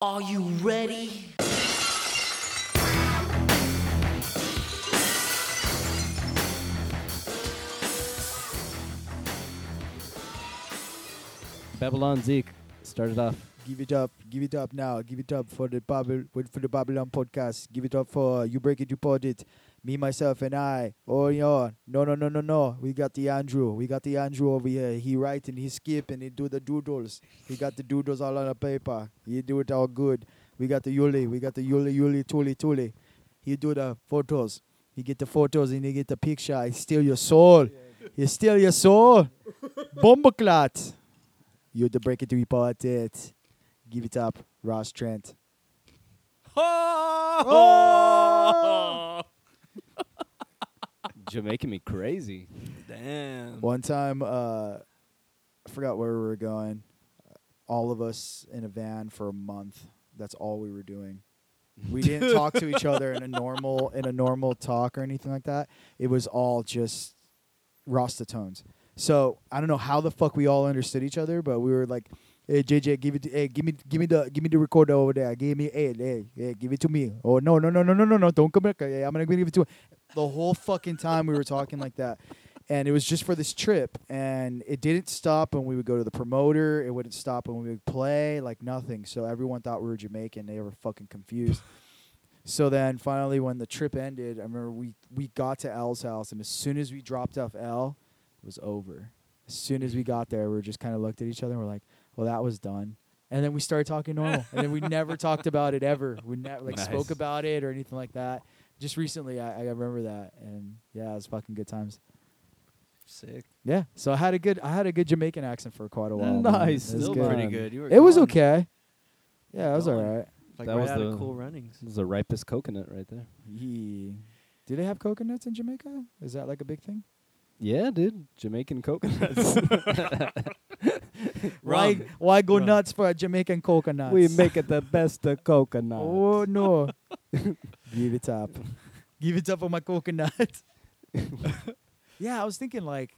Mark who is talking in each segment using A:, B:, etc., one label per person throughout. A: Are you ready?
B: Babylon Zeke started off.
C: Give it up, give it up now, give it up for the Babel for the Babylon podcast. Give it up for you break it, you pod it. Me, myself, and I. Oh yeah, no, no, no, no, no. We got the Andrew. We got the Andrew over here. He write and he skip and he do the doodles. He got the doodles all on the paper. He do it all good. We got the Yuli. We got the Yuli Yuli Tuli Tuli. He do the photos. He get the photos and he get the picture. He steal your soul. He steal your soul. Bomboclat. You the break it report it. Give it up, Ross Trent.
A: Oh!
B: Jamaican me crazy.
A: Damn.
C: One time, uh, I forgot where we were going. All of us in a van for a month. That's all we were doing. We didn't talk to each other in a normal in a normal talk or anything like that. It was all just Rasta tones. So I don't know how the fuck we all understood each other, but we were like, "Hey JJ, give it, hey, give me, give me the, give me the recorder over there. Give me, hey, hey, hey, give it to me. Oh no, no, no, no, no, no, no, don't come back. Hey, I'm gonna give it to him. The whole fucking time we were talking like that, and it was just for this trip, and it didn't stop when we would go to the promoter. It wouldn't stop when we would play, like nothing. So everyone thought we were Jamaican. They were fucking confused. So then finally, when the trip ended, I remember we, we got to L's house, and as soon as we dropped off L, it was over. As soon as we got there, we were just kind of looked at each other and we're like, well, that was done. And then we started talking normal. and then we never talked about it ever. We never like
B: Nice.
C: spoke about it or anything like that. Just recently, I, I remember that, and yeah, it was fucking good times.
A: Sick.
C: Yeah, so I had a good I had a good Jamaican accent for quite a while. man.
B: Nice.
C: it was
B: Still
C: good.
B: pretty
A: good. You were
C: It was
A: gone.
C: okay. Yeah, it was all
A: Gone.
C: right.
A: Like
B: That
A: right
B: was
A: out
B: the-
A: of cool runnings.
B: This is the ripest coconut right there.
C: Yee. Do they have coconuts in Jamaica? Is that like a big thing?
B: Yeah, dude. Jamaican coconuts.
C: Why why go nuts for a Jamaican coconut?
B: it the best of coconut.
C: Oh no. Give it up. Give it up on my coconut. yeah, I was thinking like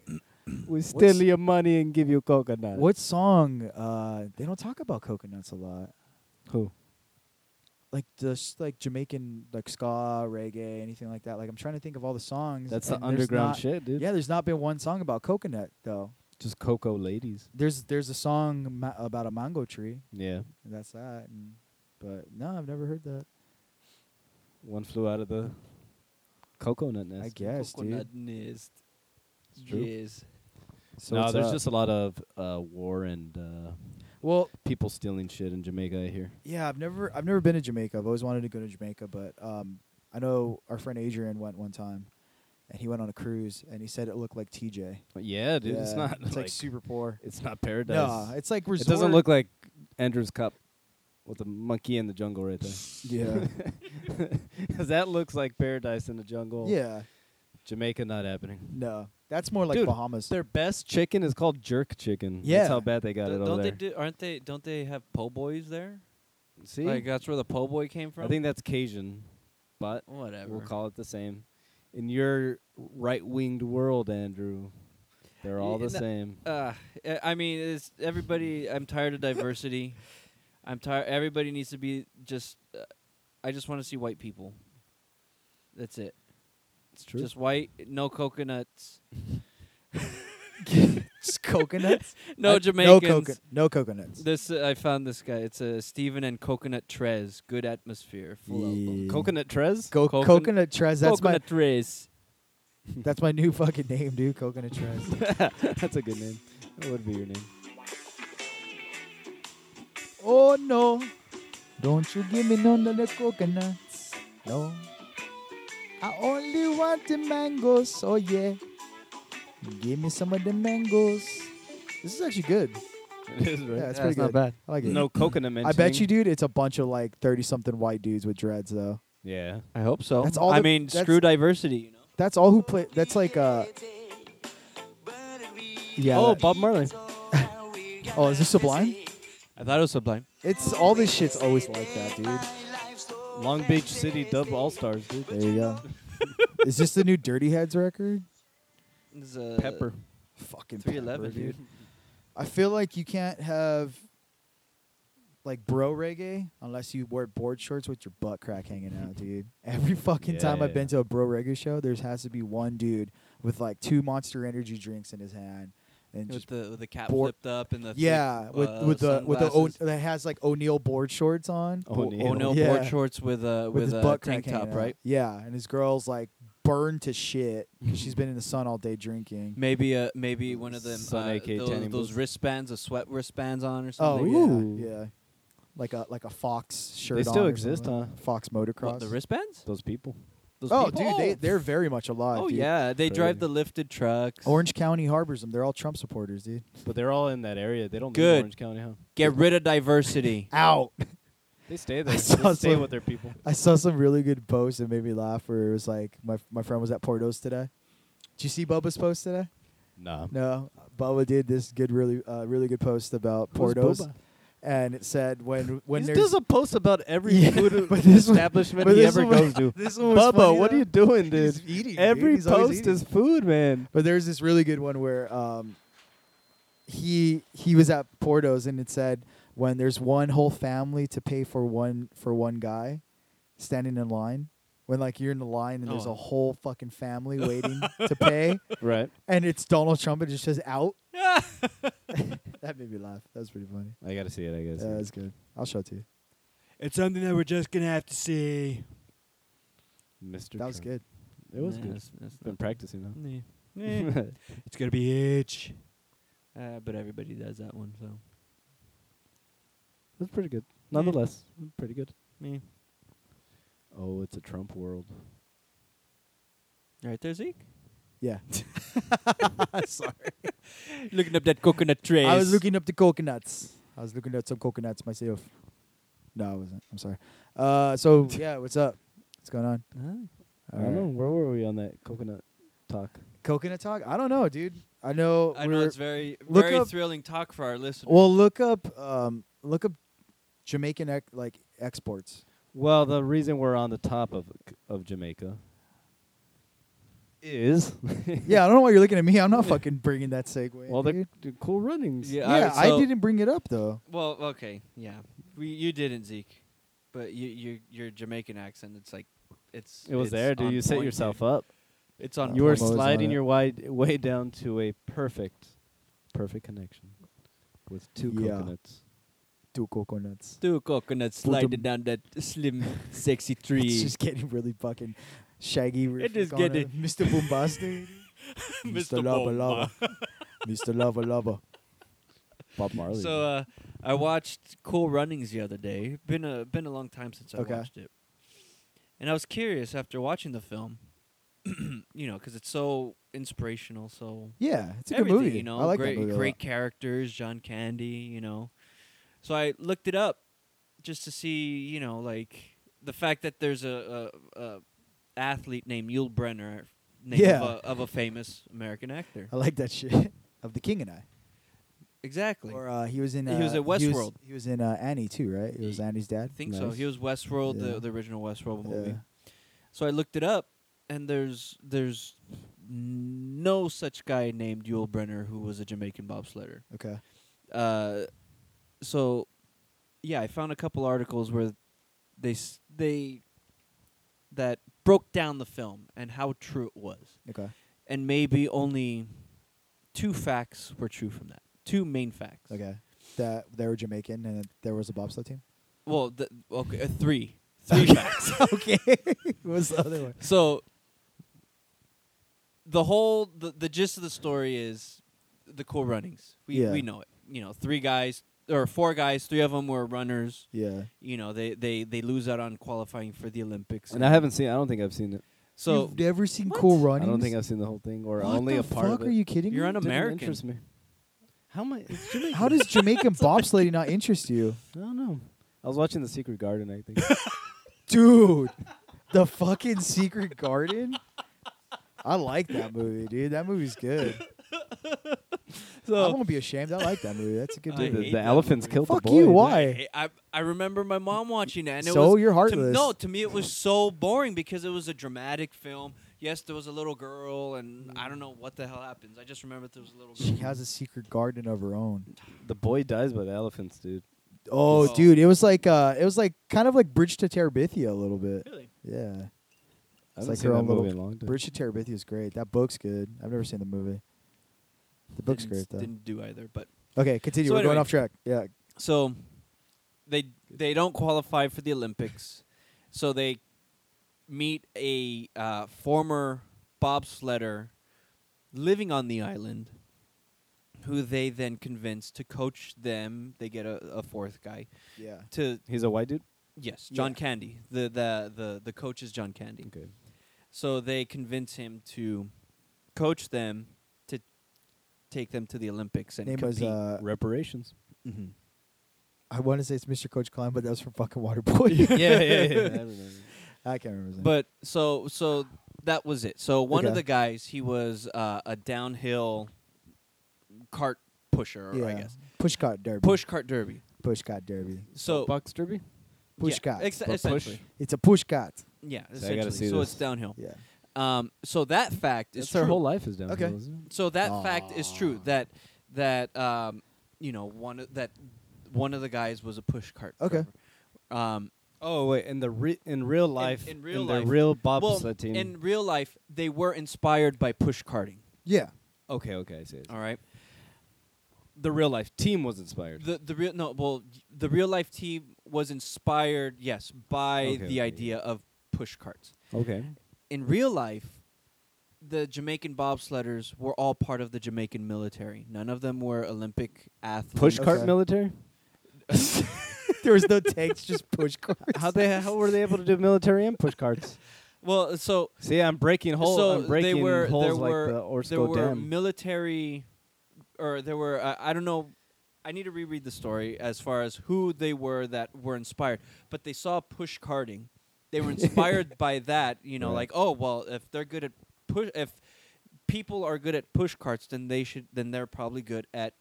B: We
C: steal
B: your money and give you coconut.
C: what song uh they don't talk about coconuts a lot.
B: Who?
C: Like just like Jamaican like ska, reggae, anything like that. Like I'm trying to think of all the songs.
B: That's the
C: and there's
B: underground
C: not-
B: shit, dude.
C: Yeah, there's not been one song about coconut though.
B: Just cocoa ladies.
C: There's there's a song ma- about a mango tree.
B: Yeah.
C: And that's that. And, but no, I've never heard that.
B: One flew out of the coconut nest.
C: I guess, dude.
A: Coconut nest.
B: It's true.
A: Yes.
C: So
B: no,
C: what's
B: there's
C: up?
B: just a lot of uh, war and uh,
C: well,
B: people stealing shit in Jamaica. I hear.
C: Yeah, I've never I've never been to Jamaica. I've always wanted to go to Jamaica, but um, I know our friend Adrian went one time, and he went on a cruise, and he said it looked like TJ.
B: But yeah, dude. It's
C: Yeah,
B: not.
C: It's like, super poor.
B: It's not paradise.
C: No, it's like resort.
B: It doesn't look like Andrew's cup with the monkey in the jungle right there.
C: Yeah,
B: Because that looks like paradise in the jungle.
C: yeah.
B: Jamaica not happening.
C: No, that's more like
B: Dude,
C: Bahamas.
B: Their best chicken is called jerk chicken.
C: Yeah.
B: That's how bad they got
A: Don't-
B: it
A: don't
B: over
A: they
B: there.
A: do, aren't they don't they have po' boys there?
B: See?
A: Like that's where the po' boy came from?
B: I think that's Cajun, but
A: whatever.
B: we'll call it the same. In your right-winged world, Andrew, they're all
A: Yeah,
B: the
A: no-
B: same.
A: uh, I- I mean, it's everybody. I'm tired of diversity. I'm tired. Everybody needs to be just. Uh, I just want to see white people. That's it.
B: It's true.
A: Just white, no coconuts,
C: Just coconuts.
A: no
C: I-
A: Jamaicans.
C: No, coco- no coconuts.
A: This uh, I found this guy. It's a Stephen and Coconut Trez. Good atmosphere. Full album.
C: Yeah.
B: coconut Trez?
C: Co-
A: Coconut-
C: coconut, Trez. That's
A: coconut Trez.
C: my that's my new fucking name, dude. Coconut Trez.
B: that's a good name. That would be your name.
C: oh no, don't you give me none of the coconuts. No. I only want the mangoes, oh yeah. Give me some of the mangoes. This is actually good.
B: It is, right?
C: Yeah, it's pretty good.
B: bad.
C: I like it.
B: No coconut mentioning.
C: I bet you, dude, it's a bunch of like 30 something white dudes with dreads, though.
B: Yeah.
A: I hope so.
C: That's all
A: I
C: the-
A: mean,
C: that's-
A: screw diversity. You know.
C: That's all who play. That's like, uh. Yeah.
B: oh,
C: that-
B: Bob Marley.
C: oh, is this Sublime?
A: I thought it was Sublime.
C: It's all this shit's always like that, dude.
B: Long Beach City Dub All Stars, dude.
C: There you go. is this the new Dirty Heads record?
A: It's, uh,
B: Pepper.
C: Fucking
A: 311,
C: Pepper,
A: dude.
C: I feel like you can't have like bro reggae unless you wear board shorts with your butt crack hanging out, dude. Every fucking
B: Yeah,
C: time I've
B: yeah,
C: been to a bro reggae show, there's has to be one dude with like two Monster Energy drinks in his hand and
A: with
C: just
A: the with the cap
C: Bor-
A: flipped up and the thick,
C: yeah, with
A: uh,
C: with the with the o-
A: sunglasses.
C: that has like O'Neill board shorts on
B: Oh, O'Neal.
A: O- O'Neal
C: Yeah.
A: board shorts with a with,
C: his
A: a
C: butt crack
A: tank
C: hanging
A: top,
C: out.
A: right?
C: Yeah, and his girl's like burned to shit. 'cause she's been in the sun all day drinking.
A: Maybe uh maybe one of them
B: Sun
A: uh,
B: AK
A: those,
B: tanning
A: those
B: boots.
A: wristbands, the sweat wristbands on or
C: Oh
A: something.
B: yeah. Ooh.
C: yeah, yeah, like a like a fox shirt.
B: They still
C: on or
B: exist,
C: something.
B: huh?
C: Fox
A: What,
C: motocross.
A: the wristbands?
B: Those people.
A: Those
C: oh,
A: people?
C: dude, they
A: Oh,
C: they're very much alive.
A: oh
C: dude.
A: yeah, they drive
B: Brilliant.
A: the lifted trucks.
C: Orange County harbors them. They're all Trump supporters, dude.
B: But they're all in that area. They don't
A: Good.
B: leave Orange County, huh?
A: Get rid of diversity.
C: Out.
B: They stay there.
C: saw
B: They stay
C: some-
B: with their people.
C: I saw some really good posts that made me laugh. Where it was like my my friend was at Portos today. Did you see Bubba's post today?
B: Nah.
C: No, Bubba did this good, really, uh, really good post about
B: Who's
C: Portos,
B: Boba?
C: and it said when when
B: He
C: there's
B: does a post about every
C: Yeah,
B: food
C: but this one-
B: establishment
C: but
B: he
C: this
B: ever
C: one-
B: goes to.
C: this one was
B: Bubba,
C: funny,
B: what
C: though.
B: are you doing, dude?
C: He's eating, dude.
B: Every
C: He's always
B: post
C: eating.
B: is food, man.
C: But there's this really good one where um, he he was at Portos and it said when there's one whole family to pay for one for one guy standing in line. When like you're in the line and there's
A: Oh.
C: a whole fucking family waiting to pay,
B: Right.
C: and it's Donald Trump and it just says out. that made me laugh. That was pretty funny.
B: I gotta see it. I guess.
C: Yeah, that was good. I'll show it to you.
A: It's something that we're just gonna have to see.
B: Mr.
C: That was
B: Trump.
C: good.
B: It was good. Been practicing now.
A: Yeah. Yeah. it's gonna be itch. Uh, but everybody does that one, so
B: That's pretty good. Nonetheless, pretty good.
A: yeah.
B: Oh, it's a Trump world.
A: Right there, Zeke.
C: Yeah. Sorry.
A: Looking up that coconut trace.
C: I was looking up the coconuts. I was looking at some coconuts myself. No, I wasn't. I'm sorry. Uh, so yeah, what's up? What's going on?
B: I don't
C: Alright.
B: know. Where were we on that coconut talk?
C: Coconut talk? I don't know, dude. I know.
A: I know
C: we're-
A: it's very
C: Look
A: very
C: up-
A: thrilling talk for our listeners.
C: well, look up, um, look up Jamaican ec- like exports.
B: Well, the reason we're on the top of of Jamaica is
C: yeah, I don't know why you're looking at me. I'm not fucking bringing that segue.
B: well the,
C: dude.
B: the cool runnings.
A: Yeah.
C: yeah,
A: I- so-
C: I didn't bring it up though.
A: well, okay, yeah, we you didn't Zeke, but you you your Jamaican accent. It's like it's
B: It was
A: it's
B: there, dude.
A: on
B: You set
A: point,
B: yourself
A: dude.
B: up.
A: It's on.
B: You were
C: Promo's on
B: sliding
C: it.
B: your wide way down to a perfect, perfect connection with two
C: Yeah.
B: coconuts.
C: Two coconuts.
A: two coconuts
C: Put 'em-
A: sliding down that slim, sexy tree.
C: It's just getting really fucking shaggy.
A: It is
C: Gonna-
A: getting-
C: Mr. Bombastic.
A: Mr.
C: Lava
A: Bomba.
C: Lava. Mr. Lava Lava.
B: Bob Marley.
A: So uh, I watched Cool Runnings the other day. Been a been a long time since I
C: Okay.
A: watched it, and I was curious after watching the film. you know, because it's so inspirational. So
C: Yeah, it's a good
A: everything,
C: movie.
A: You know,
C: I like
A: great,
C: that movie. a lot.
A: great characters, John Candy. You know, so I looked it up just to see. You know, like the fact that there's a, a, a athlete named Yul Brenner, name
C: Yeah. Uh,
A: of, a, of a famous American actor.
C: I like that shit. of the King and I.
A: Exactly.
C: Or uh, he was in. Uh,
A: He was at
C: He was,
A: Westworld.
C: he was in uh, Annie too, right? It was
A: Ye-
C: Annie's
A: I
C: dad.
A: think so.
B: Nice.
A: He was Westworld,
C: Yeah.
A: the, the original Westworld movie.
C: Yeah.
A: So I looked it up, and there's there's no such guy named Yul Brenner who was a Jamaican bobsledder.
C: Okay.
A: Uh, so yeah, I found a couple articles where they s- they that broke down the film and how true it was,
C: Okay.
A: and maybe only two facts were true from that. Two main facts.
C: Okay. That they were Jamaican and there was a bobsled team.
A: Well, th- okay, uh, three, three facts.
C: okay. What's the other one?
A: So the whole the, the gist of the story is the cool runnings. We
C: Yeah.
A: we know it. You know, three guys or four guys, three of them were runners.
C: Yeah.
A: You know, they they they lose out on qualifying for the Olympics.
B: and I haven't seen. I don't think I've seen it.
A: so
C: You've never seen
A: What?
C: Cool Runnings?
B: I don't think I've seen the whole thing, or
C: What
B: only
C: the
B: a part
C: fuck
B: of it.
C: are you kidding
A: You're
C: me?
A: on a-
B: Didn't
A: American.
B: interest me. How am I? It's Jamaican.
C: How does Jamaican bobsledding not interest you,
B: I don't know. I was watching The Secret Garden. I think.
C: dude? The fucking Secret Garden. I like that movie, dude. That movie's good. I
A: so
C: won't be ashamed. I like that movie. That's a good
A: I
C: movie.
B: Dude, the
A: hate
B: the
A: that
B: elephants
A: movie.
B: killed
C: Fuck
B: the boy.
C: you,
B: dude.
C: why?
A: I, I I remember my mom watching it and it
C: so
A: was
C: you're
A: to,
C: heartless.
A: no, to me it was so boring because it was a dramatic film. Yes, there was a little girl, and I don't know what the hell happens. I just remember there was a little girl.
C: She has a secret garden of her own.
B: The boy dies by the elephants, dude.
C: Oh,
A: Whoa.
C: dude, it was like uh, it was like kind of like Bridge to Terabithia a little bit.
A: Really?
C: Yeah,
B: I haven't
C: like
B: seen
C: her
B: that
C: own
B: movie
C: little
B: in a long time.
C: Bridge to Terabithia is great. That book's good. I've never seen the movie. The book's
A: didn't,
C: great though.
A: Didn't do either, but
C: Okay, continue.
A: So
C: We're going
A: anyway.
C: off track. Yeah,
A: so they they don't qualify for the Olympics, so they meet a uh, former bobsledder living on the island, who they then convince to coach them. They get a, a fourth guy
C: yeah.
A: to
B: He's a white dude.
A: yes, John
C: Yeah.
A: Candy. The, the the the coach is John Candy.
B: Okay.
A: So they convince him to coach them to take them to the Olympics and
C: Name was
A: compete.
C: uh,
B: Reparations.
A: hmm
C: I want to say it's Mr. Coach Klein, but that was from fucking Waterboy.
B: yeah, yeah, yeah. I remember.
C: I can't remember his name.
A: But so so that was it. So one of
C: Okay.
A: the guys, he was uh, a downhill cart pusher,
C: yeah,
A: I guess.
C: pushcart derby.
A: Push cart derby.
C: pushcart derby.
A: So
B: Bucks Derby.
C: Push
A: yeah,
C: cart.
A: ex-
B: But push?
A: essentially.
C: It's a pushcart.
A: Yeah,
B: So I gotta
A: essentially.
B: see
A: So
B: this.
A: it's downhill.
C: Yeah.
A: Um so that fact is
B: That's our
A: true.
B: whole life is down
C: Okay.
B: isn't it?
A: So that fact is true
B: Aw.
A: that that um you know one of, that one of the guys was a push cart.
C: Okay.
A: driver. Um
B: Oh wait, in the re- in real life,
A: in real
B: the
A: life.
B: real
A: well,
B: bobsled team.
A: in real life they were inspired by push carting,
C: Yeah.
B: okay, okay, I see. It.
A: all right?
B: The real life team was inspired.
A: The the real no well y- the real life team was inspired yes by
B: Okay,
A: the
B: okay, yeah.
A: idea of push carts.
B: okay.
A: In real life, the Jamaican bobsledders were all part of the Jamaican military. None of them were Olympic athletes.
B: Push cart
C: Okay.
B: military.
C: there was no tanks, just pushcart.
B: How they how were they able to do military and push carts?
A: Well, so
B: See, I'm breaking holes.
A: so
B: I'm breaking
A: they were
B: holes
A: there
B: like
A: were
B: the
A: there
B: Orsko
A: were
B: Dam.
A: military, or there were uh, I don't know. I need to reread the story as far as who they were that were inspired, but they saw push carting. They were inspired by that, you know,
B: Right.
A: like oh well, if they're good at push, if people are good at push carts, then they should, then they're probably good at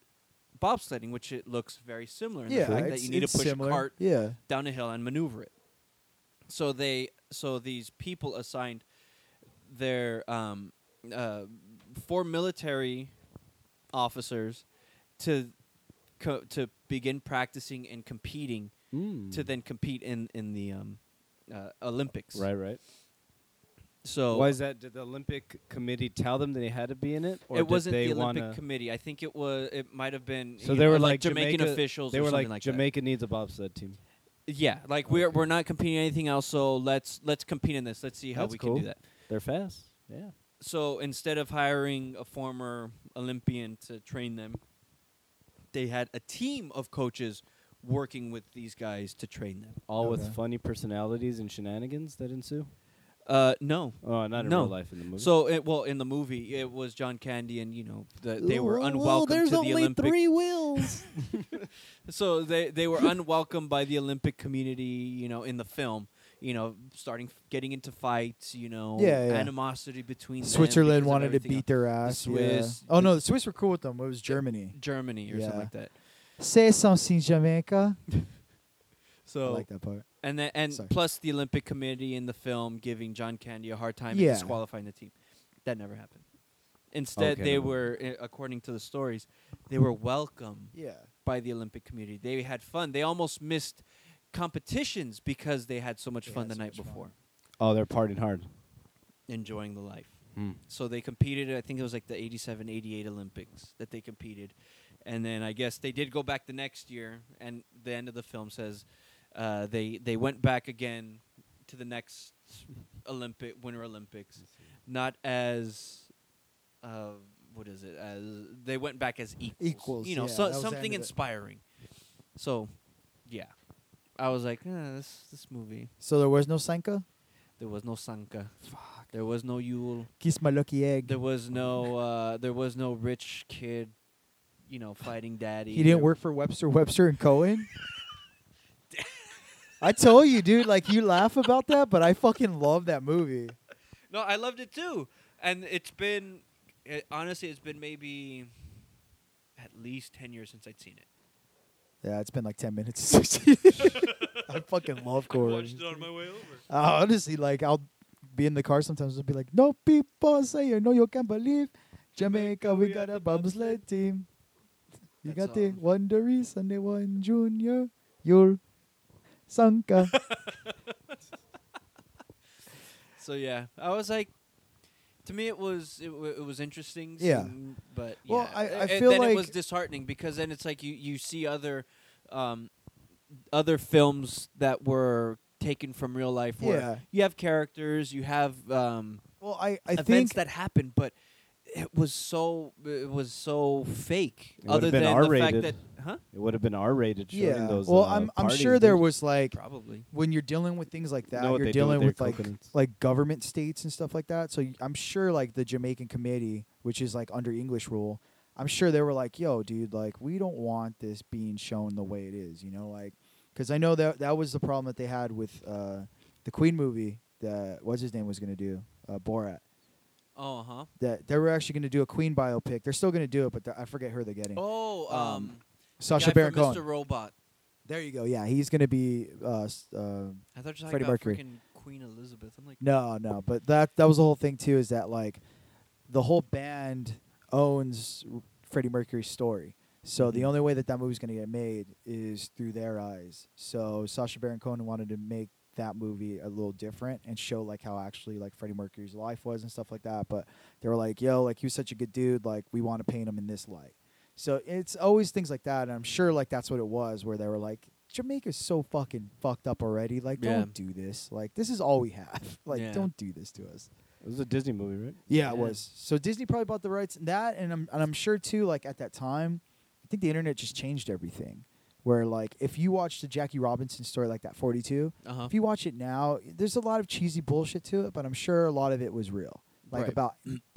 A: bobsledding, which it looks very similar. In
C: Yeah,
A: the fact
C: it's,
A: that you need to
C: it's
A: push
C: similar.
A: a cart
C: Yeah.
A: down a hill and maneuver it. So they so these people assigned their um, uh, four military officers to co- to begin practicing and competing
B: Mm.
A: to then compete in in the um, uh, Olympics.
B: Right, right.
A: So
B: Why is that? Did the Olympic Committee tell them they had to be in it, or
A: it
B: did
A: wasn't
B: they
A: the Olympic
B: wanna-
A: committee. I think it was. It might have been.
B: So
A: you
B: they
A: know,
B: were like
A: Jamaican
B: Jamaica-
A: officials.
B: They
A: or
B: were
A: something
B: like,
A: like that.
B: Jamaica needs a bobsled team.
A: Yeah, like we're we're not competing in anything else. So let's let's compete in this. Let's see how
B: That's
A: we
B: cool.
A: can do that.
B: They're fast. Yeah.
A: so instead of hiring a former Olympian to train them, they had a team of coaches working with these guys to train them.
B: All
C: Okay.
B: with funny personalities and shenanigans that ensue.
A: Uh, no.
B: Oh, not in
A: No.
B: real life in the movie.
A: So it, well in the movie it was John Candy and you know the, they
B: Well,
A: were
B: well,
A: unwelcome to
B: there's
A: the
B: only
A: Olympic.
B: three wheels.
A: So they they were unwelcome by the Olympic community, you know, in the film. You know, starting f- getting into fights, you know,
C: Yeah, yeah.
A: animosity between them because
C: Switzerland
A: of
C: wanted to
A: everything
C: beat their ass. yeah.
A: Swiss,
C: Oh
A: the-
C: no, the Swiss were cool with them. It was Germany.
A: else. Germany or
C: Yeah.
A: something like that.
C: Say something, Jamaica. I
A: So
C: like that part.
A: And then, and
C: Sorry.
A: plus the Olympic Committee in the film giving John Candy a hard time and
C: Yeah.
A: disqualifying the team. That never happened. Instead,
B: Okay,
A: they
B: no.
A: were, uh, according to the stories, they were welcomed
C: Yeah.
A: by the Olympic community. They had fun. They almost missed competitions because they had so much
C: They
A: fun
C: had
A: the
C: so
A: night
C: much
A: before,
C: fun.
B: oh, they're partying hard.
A: enjoying the life.
B: Hmm.
A: So they competed. I think it was like the 87, 88 Olympics that they competed. And then I guess they did go back the next year. And the end of the film says uh, they they went back again to the next Olympic Winter Olympics, not as uh, what is it? As they went back as equals.
C: Equals,
A: You know,
C: yeah, that
A: so,
C: was the end
A: something
C: of it.
A: inspiring. So, yeah, I was like, eh, this this movie.
C: So there was no Sanka.
A: There was no Sanka. Fuck. There was no Yule.
C: Kiss my lucky egg.
A: There was no uh there was no rich kid, you know, fighting daddy.
C: He didn't
A: There-
C: work for Webster, Webster and Cohen. I told you, dude. Like you laugh about that, but I fucking love that movie.
A: No, I loved it too. And it's been it, honestly it's been maybe at least 10 years since I'd seen it.
C: Yeah, it's been like ten minutes. I fucking love Corey.
A: on my way over.
C: Uh, honestly, like I'll be in the car sometimes and be like, "No people say you know you can't believe Jamaica, we got a bobsled team. You
A: That's
C: got the
A: all.
C: Wanderers and the one junior. Yul Sanka.
A: So yeah, I was like, to me it was it, w- it was interesting.
C: Yeah.
A: seeing- but yeah.
C: Well, I- I
A: A- and
C: feel
A: then it was
C: like-
A: disheartening because then it's like you you see other, um, other films that were taken from real life where
C: Yeah.
A: you have characters, you have um
C: well, I, I
A: events
C: think
A: that happened, but it was so it was so fake.
B: It would've
A: other
B: been
A: than the
B: R-rated.
A: fact that, huh?
B: It would have been R-rated. showing
C: yeah.
B: Those,
C: well,
B: uh,
C: I'm I'm
B: parties,
C: sure there
B: dude.
C: was like
A: Probably.
C: when you're dealing with things like that,
B: Know what
C: you're
B: they do with
C: dealing
B: their
C: with like
B: coconuts.
C: like government states and stuff like that. So y- I'm sure like the Jamaican committee, which is like under English rule, I'm sure they were like, "Yo, dude, like we don't want this being shown the way it is," you know, like because I know that that was the problem that they had with uh, the Queen movie that what's his name was gonna do uh, Borat.
A: Oh, huh.
C: That they were actually gonna do a Queen biopic. They're still gonna do it, but the- I forget who they're getting.
A: Oh, um,
C: Um,
A: the
C: Sasha
A: guy
C: Baron
A: from
C: Cohen.
A: Mr. Robot.
C: There you go. Yeah, he's gonna be uh, s- uh,
A: I thought you were talking
C: Freddie
A: about
C: Mercury.
A: freaking Queen Elizabeth. I'm like,
C: No, no, but that that was the whole thing too. Is that like the whole band owns R- Freddie Mercury's story, so the
A: Mm-hmm.
B: Mhm.
C: only way that that movie's gonna get made is through their eyes. So Sasha Baron Cohen wanted to make that movie a little different and show like how actually like Freddie Mercury's life was and stuff like that. But they were like, "Yo, like he was such a good dude. Like we want to paint him in this light." So it's always things like that, and I'm sure like that's what it was, where they were like, "Jamaica's so fucking fucked up already. Like,
A: Yeah.
C: don't do this. Like, this is all we have. Like,
A: Yeah.
C: don't do this to us."
B: It was a Disney movie, right?
C: Yeah,
A: Yeah.
C: it was. So Disney probably bought the rights in that, and I'm and I'm sure too. Like at that time, I think the internet just changed everything. Where like if you watch the Jackie Robinson story, like that 42,
A: uh-huh.
C: if you watch it now, there's a lot of cheesy bullshit to it, but I'm sure a lot of it was real. Like
A: Right.
C: about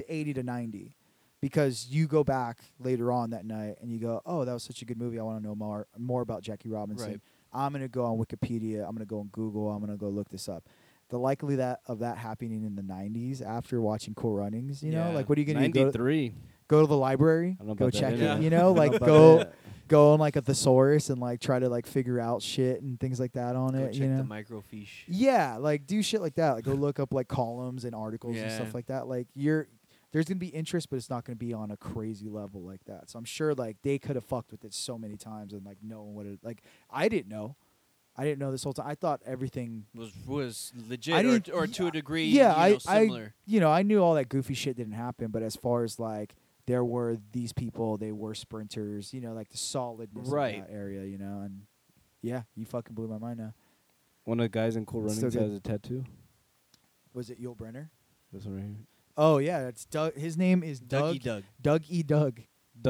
C: 80 to 90. Because you go back later on that night and you go, oh, that was such a good movie. I want to know more more about Jackie Robinson.
A: Right.
C: I'm going to go on Wikipedia. I'm going to go on Google. I'm going to go look this up. The likely that of that happening in the 90s after watching Cool Runnings, you
A: Yeah.
C: know, like what are you going to do? Go to-
B: Ninety-three.
C: Go to the library,
B: I don't know
C: go
B: about that
C: check
A: internet.
C: it, you know, like go go on like a thesaurus and like try to like figure out shit and things like that on
A: Go
C: it.
A: check
C: you know?
A: the microfiche.
C: Yeah, like do shit like that. Like go look up like columns and articles and
A: Yeah.
C: stuff like that. Like you're there's gonna be interest, but it's not gonna be on a crazy level like that. So I'm sure like they could have fucked with it so many times and like knowing what it like I didn't know. I didn't know this whole time. I thought everything
A: was was legit
C: I
A: or,
C: didn't-
A: or to a degree
C: yeah,
A: you
C: I-
A: know,
C: I-
A: similar.
C: you know, I knew all that goofy shit didn't happen, but as far as like there were these people, they were sprinters, you know, like the solidness
A: Right.
C: of that area, you know, and yeah, you fucking blew my mind uh, now.
B: One of the guys in Cool
C: It's
B: Runnings
C: still
B: has a tattoo.
C: Was it Yul Brenner?
B: This one right
C: Oh yeah, it's Doug his name is Doug
A: Dougie Doug.
C: Doug E. Doug.
B: here.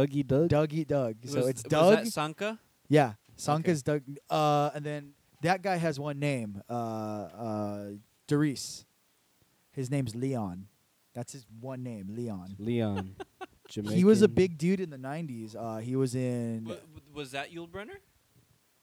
B: Dougie Doug.
C: Doug eat Doug. So
A: was,
C: it's
A: was
C: Doug.
A: that Sanka?
C: yeah, Sanka's Doug. Uh, and then that guy has one name. Uh, uh, Doris. His name's Leon. That's his one name, Leon.
B: Leon. Jamaican.
C: He was a big dude in the '90s. Uh, he was in.
A: W- w- was that Yul Brenner?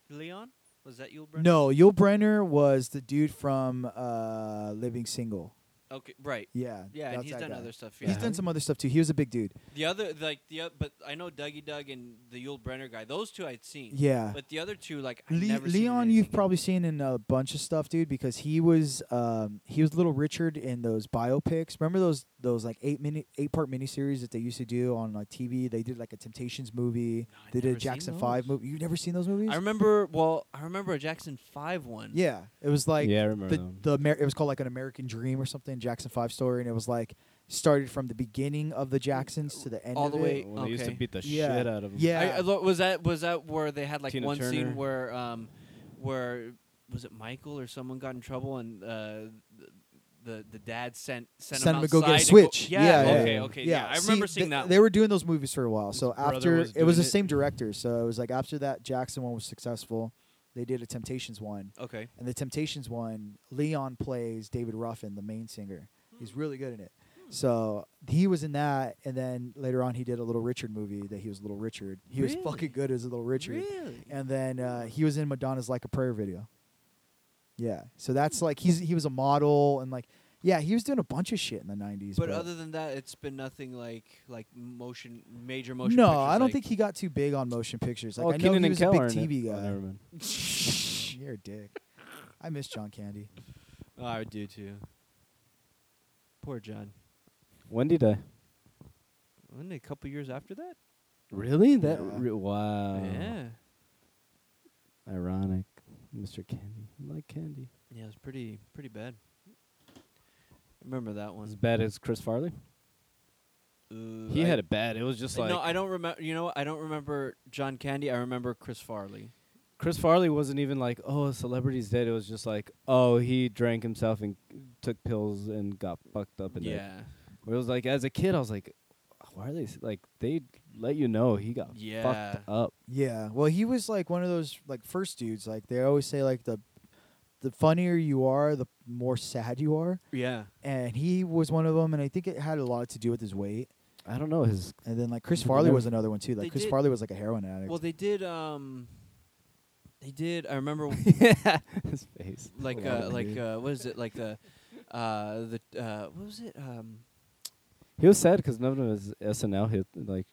A: Leon? Was that Yul Brenner?
C: No, Yul Brenner was the dude from uh, Living Single.
A: Okay, right.
C: Yeah,
A: Yeah,
C: that's
A: and he's
C: that
A: done
C: guy.
A: other stuff. Yeah.
C: He's done some other stuff too. He was a big dude.
A: the other like the oth- but I know Dougie Doug and the Yul Brenner guy. Those two I'd seen.
C: Yeah.
A: But the other two like I
C: Le-
A: never seen in
C: Leon, you've
A: anything
C: probably
A: else.
C: seen in a bunch of stuff, dude, because he was um, he was Little Richard in those biopics. Remember those those like eight mini eight part miniseries that they used to do on like TV? They did like a Temptations movie.
A: No, I've
C: they did
A: never
C: a
A: seen
C: Jackson
A: those.
C: Five movie. You've never seen those movies?
A: I remember well, I remember a Jackson 5 one.
C: yeah, it was like
B: yeah, I remember
C: the the Amer- it was called like an American Dream or something. Jackson Five story, and it was like started from the beginning of the Jacksons to the end
A: All
C: of
A: the
C: it.
A: way-
B: When they used to
A: okay.
B: beat the
C: Yeah.
B: shit out of him.
C: Yeah.
A: I, I lo- was that was that where they had like
B: Tina
A: one
B: Turner.
A: scene where um where was it Michael or someone got in trouble and uh th- the the dad sent sent,
C: Send
A: him
C: him to go get
A: outside
C: a
A: to
C: switch.
A: yeah,
C: yeah,
A: okay,
B: yeah.
A: okay, yeah. I
C: See,
A: remember seeing
C: they,
A: that.
C: They
A: one.
C: were doing those movies for a while. So
B: brother
C: after
B: was
C: it was the
B: doing it.
C: same director, so it was like after that Jackson one was successful, they did a Temptations one,
A: okay.
C: and the Temptations one, Leon plays David Ruffin, the main singer. He's really good in it.
A: Hmm.
C: So he was in that, and then later on he did a Little Richard movie that he was Little Richard. He
A: Really?
C: was fucking good as Little Richard.
A: Really?
C: And then uh, he was in Madonna's "Like a Prayer" video. Yeah, so that's like he's he was a model and like yeah he was doing a bunch of shit in the '90s.
A: but other than that, it's been nothing like like motion major motion.
C: no,
A: pictures,
C: I don't
A: like-
C: think he got too big on motion pictures. Like
B: oh,
C: I know
B: Keenan
C: he
B: and
C: was
B: Kel
C: a
B: are
C: big
B: in it.
C: TV
B: Oh, never
C: guy.
B: mind.
C: You're a dick. I miss John Candy.
A: Oh, I do too. Poor John.
B: When did I?
A: Wasn't it a couple years after that?
B: Really? That
C: Yeah.
B: re- wow.
A: yeah.
B: Ironic, Mr. Candy. You like candy?
A: Yeah, it's pretty pretty bad. Remember that one?
B: As bad as Chris Farley.
A: Ooh,
B: He
A: I-
B: had it bad. It was just like
A: no, I don't remember. You know, what? I don't remember John Candy. I remember Chris Farley.
B: Chris Farley wasn't even like, oh, a celebrity's dead. It was just like, oh, he drank himself and took pills and got fucked up. And died."
A: Yeah,
B: Where it was like, as a kid, I was like, why are they s- like they let you know he got
A: Yeah.
B: Oh, fucked up?
C: Yeah. Well, he was like one of those like first dudes. Like they always say, like the the funnier you are, the more sad you are.
A: yeah.
C: And he was one of them. And I think it had a lot to do with his weight.
B: I don't know his.
C: And then like Chris
B: They
C: Farley
B: never-
C: was another one too.
A: They
C: Like Chris
A: did-
C: Farley was like a heroin addict.
A: Well, they did. Um, they did. I remember
B: his face.
A: like
C: Yeah,
A: uh, like
C: dude.
A: uh, what is it like the uh the uh what was it um
B: He was sad because none of his SNL hit like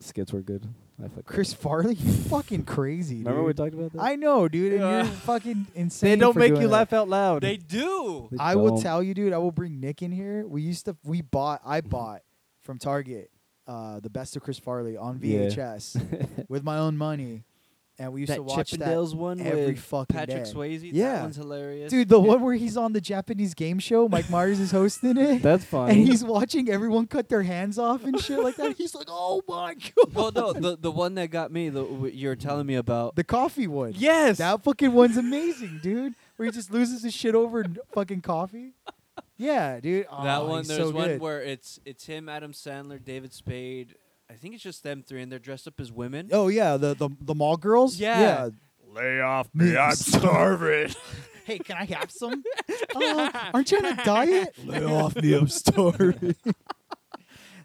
B: skits were good. I fucked up.
C: Chris Farley, you fucking crazy.
B: Remember we
C: dude.
B: talked about that?
C: I know, dude. And
A: Yeah.
C: you're fucking insane.
B: they don't
C: for
B: make
C: doing
B: you
C: that.
B: laugh out loud.
A: they do
B: They
C: I will
B: don't.
C: tell you, dude. I will bring Nick in here. We used to. We bought.
B: Mm-hmm.
C: I bought from Target uh, the best of Chris Farley on
B: Yeah.
C: VHS with my own money, and we used to watch that
A: Chippendales one
C: every
A: with
C: fucking
A: Patrick
C: day.
A: Swayze that
C: Yeah.
A: one's hilarious
C: Dude, the one where he's on the Japanese game show, Mike Myers is hosting it,
B: That's funny.
C: and he's watching everyone cut their hands off and shit like that. He's like, "Oh my god!"
A: well no the the one that got me the w- you were telling me about
C: The coffee one.
A: yes
C: That fucking one's amazing, dude. Where he just loses his shit over n- fucking coffee. Yeah, dude.
A: that
C: one. Oh,
A: one there's
C: so
A: one
C: good.
A: where it's it's him Adam Sandler David Spade I think it's just them three and they're dressed up as women
C: Oh yeah, the the, the mall girls.
A: Yeah.
D: Lay off
C: me, I'm starving. Hey, can I have some? Uh, aren't you on a diet? Lay off me, I'm starving.
A: The-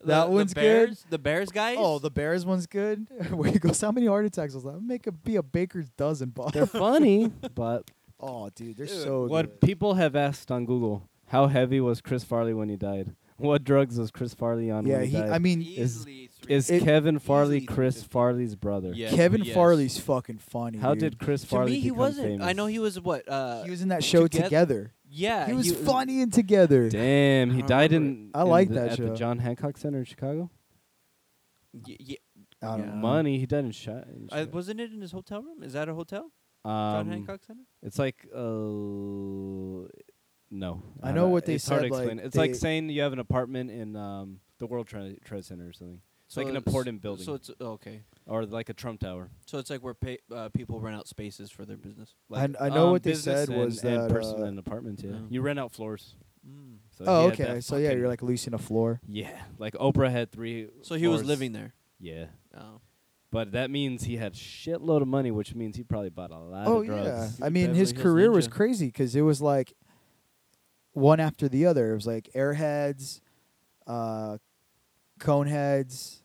C: that
A: the
C: one's good.
A: Bears, the Bears guys
C: Oh, the Bears one's good. Where he goes, how many heart attacks was that? Make a be a baker's dozen, Bob.
B: They're funny, but
C: oh, dude, they're
A: Dude,
C: so
B: What
C: good.
B: people have asked on Google: How heavy was Chris Farley when he died? What drugs was Chris Farley on
C: yeah,
B: when he,
C: he.
B: died?
C: I mean,
A: easily three.
B: is
C: it-
B: Kevin Farley
A: easily
B: Chris
A: 350.
B: Farley's brother?
A: Yeah.
C: Kevin
A: yes.
C: Farley's fucking funny.
B: How
C: dude.
B: did Chris
A: to
B: Farley
A: me he
B: become
A: wasn't
B: famous?
A: I know he was what uh
C: he was in that show
A: Together-
C: together? Uh,
A: yeah
C: he was funny and together.
B: Damn, he
A: I
B: died
A: remember
B: in.
C: I
B: in
C: like
B: the-
C: that
B: at the
C: show.
B: John Hancock Center in Chicago.
A: Y- y-
C: I don't
A: Yeah.
C: know.
B: Money, he died in shot. In
A: Uh,
B: Chi-
A: wasn't it in his hotel room? Is that a hotel? John
B: um,
A: Hancock Center?
B: It's like uh, no.
C: I know
B: don't-
C: what they
B: it's hard to
C: said, like,
B: explain. it's like
C: they-
B: saying you have an apartment in um, the World Tra- Trade Center or something, like an
A: it's-
B: important building.
A: So it's oh, okay.
B: or like a Trump Tower.
A: So it's like where pay, uh, people rent out spaces for their business.
B: Like,
C: I know
B: um,
C: what they
B: business
C: said
B: and,
C: was
B: and
C: that,
B: person
C: uh,
B: and apartments. Yeah,
A: Oh.
B: you rent out floors.
A: Mm.
B: So
C: Oh,
B: he had
C: okay.
B: that
C: So yeah,
B: fucking-
C: you're like loosing a floor.
B: yeah, like Oprah had three.
A: So he was
B: floors.
A: living there.
B: Yeah,
A: Oh.
B: but that means he had shitload of money, which means he probably bought a lot
C: Oh
B: of
C: yeah,
B: drugs.
C: I mean his
A: Beverly Hills
C: career was
A: Ninja.
C: crazy because it was like one after the other. It was like Airheads, uh, Coneheads,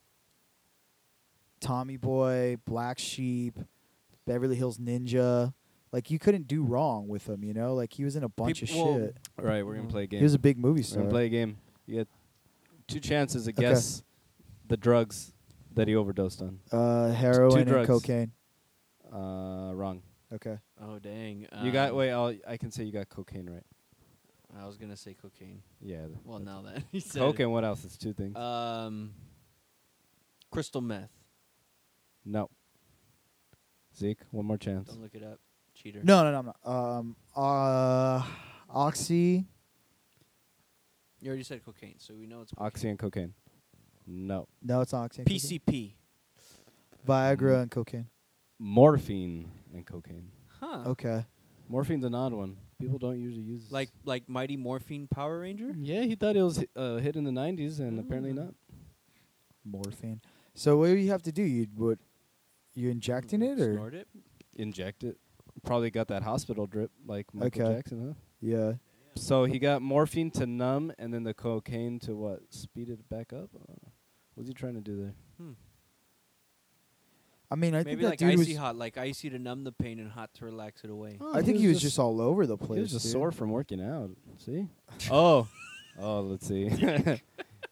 C: Tommy Boy, Black Sheep, Beverly Hills Ninja. Like you couldn't do wrong with him, you know. Like he was in a bunch
A: Peop-
C: of
A: well,
C: shit.
B: All right, we're gonna play a game.
C: He was a big movie
B: we're gonna
C: star.
B: play a game. You get two chances to
C: Okay.
B: guess the drugs that he overdosed on.
C: Uh, heroin and
B: drugs.
C: cocaine.
B: Uh, wrong.
C: Okay.
A: Oh dang.
B: you got
A: Um,
B: wait. I'll, I can say you got cocaine right.
A: I was gonna say cocaine.
B: Yeah. th-
A: Well,
B: that's
A: now that he
B: it.
A: said
B: coke and what else? It's two things.
A: it. Um. Crystal meth.
B: no. Zeke, one more chance.
A: Don't look it up. Cheater.
C: No, no, no, no. Um, uh, oxy.
A: You already said cocaine, so we know it's
B: Oxy and cocaine. No.
C: No, it's not oxy. and cocaine.
A: PCP.
C: Viagra and cocaine.
B: Morphine and cocaine.
A: Huh.
C: Okay.
B: Morphine's an odd one. People don't usually use.
A: Like like Mighty Morphine Power Ranger.
B: Yeah, he thought it was uh, hit in the '90s, and apparently
A: Mm.
B: not.
C: Morphine. So what do you have to do? You would you injecting it or
A: Snort it.
B: Inject it. Probably got that hospital drip, like Michael
C: Okay.
B: Jackson, huh?
C: yeah?
B: So he got morphine to numb, and then the cocaine to what? Speed it back up. Uh, What's he trying to do there?
A: Hmm.
C: I mean, I think
A: Maybe
C: that
A: like
C: dude was.
A: icy hot, like icy to numb the pain and hot to relax it away.
B: Oh,
C: I think he was just all over the place.
B: he was just
C: dude.
B: sore from working out. See? oh, oh, let's see.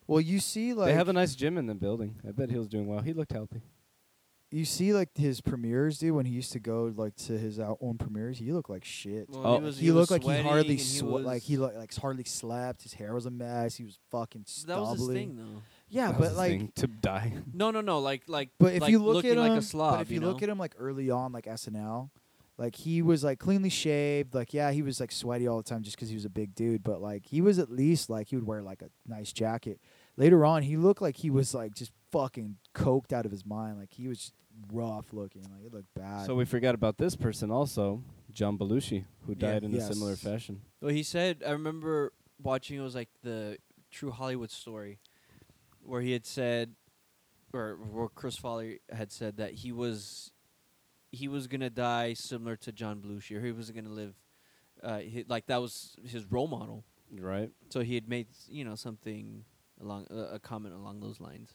C: Well, you see, like
B: they have a nice gym in the building. I bet he was doing well. He looked healthy.
C: you see, like his premieres, dude. When he used to go like to his out- own premieres, he looked like shit.
B: Oh.
A: was-
C: he, looked
A: was
C: like he
A: sweaty
C: hardly
A: and
C: swe- like
A: was-
C: he lo- like hardly slept. His hair was a mess. He was fucking
A: That
C: stumbling.
A: was his thing, though.
C: Yeah,
B: That was
C: but
B: his
C: like,
B: thing, to die.
A: No, no, no. Like like.
C: but if
A: like
C: you look at
A: looking
C: him,
A: like a slob,
C: but if you,
A: know?
C: look at him like early on, like SNL, like he was like cleanly shaved. Like yeah, he was like sweaty all the time just because he was a big dude. But like he was at least like he would wear like a nice jacket. Later on, he looked like he was like just fucking coked out of his mind. Like he was rough looking. Like it looked bad.
B: So we forgot about this person also, John Belushi, who
A: Yeah.
B: died in a similar
C: Yes.
B: fashion.
A: Well, he said. I remember watching. It was like the True Hollywood Story, where he had said, or where Chris Folly had said that he was, he was gonna die similar to John Belushi, or he was gonna live, uh, he, like that was his role model.
B: Right.
A: So he had made you know something along uh, a comment along those lines.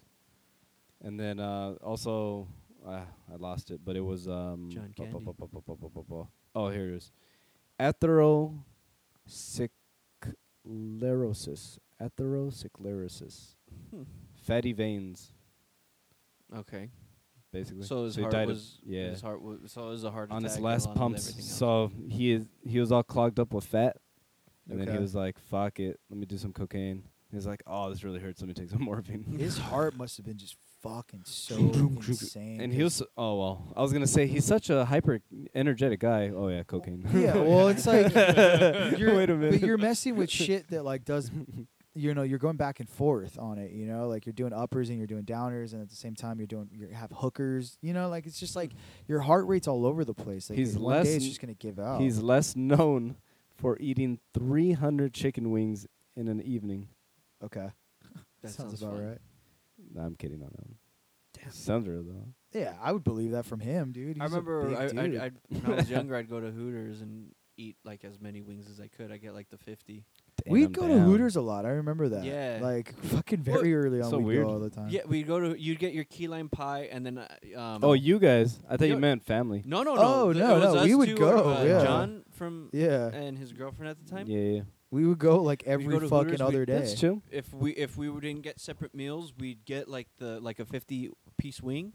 B: And then uh, also, uh, I lost it, but it was. Um,
A: John
B: bu- bu-
A: Candy.
B: bu- bu- bu- bu- bu- bu- Oh, here it is. Atherosclerosis. Atherosclerosis.
A: Hmm.
B: Fatty veins,
A: Okay.
B: basically.
A: So his
B: he
A: heart
B: died of-
A: was
B: yeah.
A: His heart was so it was a heart
B: on
A: attack
B: his last
A: along with
B: pumps.
A: everything else.
B: So he is he was all clogged up with fat, and then he
C: Okay.
B: was like, "Fuck it, let me do some cocaine." He was like, "Oh, this really hurts. Let me take some morphine."
C: his heart must have been just fucking so insane.
B: and he was oh well. I was gonna say he's such a hyper energetic guy. Oh yeah, cocaine.
C: Yeah, well, it's like you're,
B: Wait a minute.
C: But you're messing with shit that like does, you know, you're going back and forth on it. You know, like you're doing uppers and you're doing downers, and at the same time you're doing you have hookers. You know, like it's just like your heart rate's all over the place. Like
B: He's
C: one day
B: less-
C: it's just gonna give out.
B: He's less known for eating 300 chicken wings in an evening.
C: okay.
A: that
C: sounds, about
A: fun.
C: right.
B: Nah, I'm kidding on that one. Sounds real though.
C: Yeah, I would believe that from him, dude. He's
A: I remember
C: A
A: I,
C: big dude.
A: I, I when I was younger, I'd go to Hooters and eat like as many wings as I could. I get like the fifty.
B: Damn,
C: we
B: I'm
C: go to
B: down.
C: Hooters a lot. I remember that.
A: Yeah.
C: Like fucking very early on,
B: so
C: we
B: weird.
C: go all the time.
A: Yeah, we'd go to you'd get your key lime pie and then uh, um.
B: Oh, you guys! I thought you
A: Yo-
B: meant family.
A: No, no, no.
C: Oh,
A: Th- it
C: no,
A: was
C: no,
A: us
C: we would
A: two and,
C: go,
A: uh,
C: yeah.
A: John from
C: Yeah.
A: and his girlfriend at the time.
B: Yeah, yeah.
C: We would go like
A: We'd go
C: every
A: to
C: fucking
A: Hooters,
C: other
A: we'd-
C: day.
B: That's chill.
A: If we if we didn't get separate meals, we'd get like the like a fifty piece wing,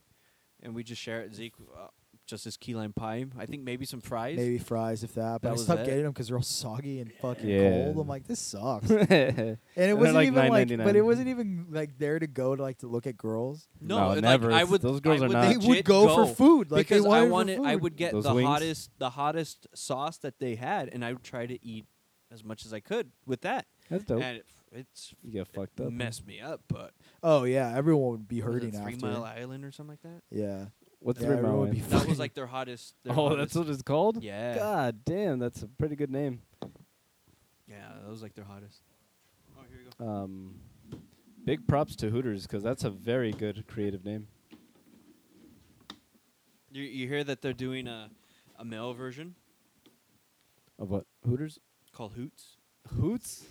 A: and we just share it. Zeke, uh, just his key lime pie. I think maybe some fries.
C: Maybe fries if that, but
A: That
C: I
A: was
C: stopped
A: it.
C: getting them because they're all soggy and fucking
B: Yeah.
C: cold. I'm like, this sucks.
B: and
C: and it
B: they're
C: wasn't
B: like
C: even like, but it
B: $9.99.
C: wasn't even like there to go to like to look at girls.
A: No,
B: No,
A: like,
B: never.
A: I
B: It's-
A: would.
B: those
A: I
B: girls are
A: would
B: not-
C: They would
A: legit
C: go,
A: Uh, go.
C: for food, like
A: because
C: they
A: I
C: wanted. for
A: wanted, I
C: food.
A: would get
B: Those
A: the
B: wings?
A: hottest, the hottest sauce that they had, and I would try to eat as much as I could with that.
B: That's dope.
A: And it, it's
B: you get fucked up.
A: it messed me up, but
C: Oh yeah, everyone would be
A: was it
C: hurting
A: Three
C: after.
A: Mile Island or something like that.
C: Yeah,
B: What's
C: Yeah,
B: three
C: everyone
B: mile?
C: would be
B: Island?
A: That was like their hottest. Their
B: oh, that's what
A: hottest-
B: it's called.
A: Yeah,
B: God damn, that's a pretty good name.
A: yeah, that was like their hottest. Oh, here we go.
B: Um, big props to Hooters because that's a very good creative name.
A: You you hear that they're doing a a male version
B: Of what? Hooters?
A: called Hoots,
B: Hoots?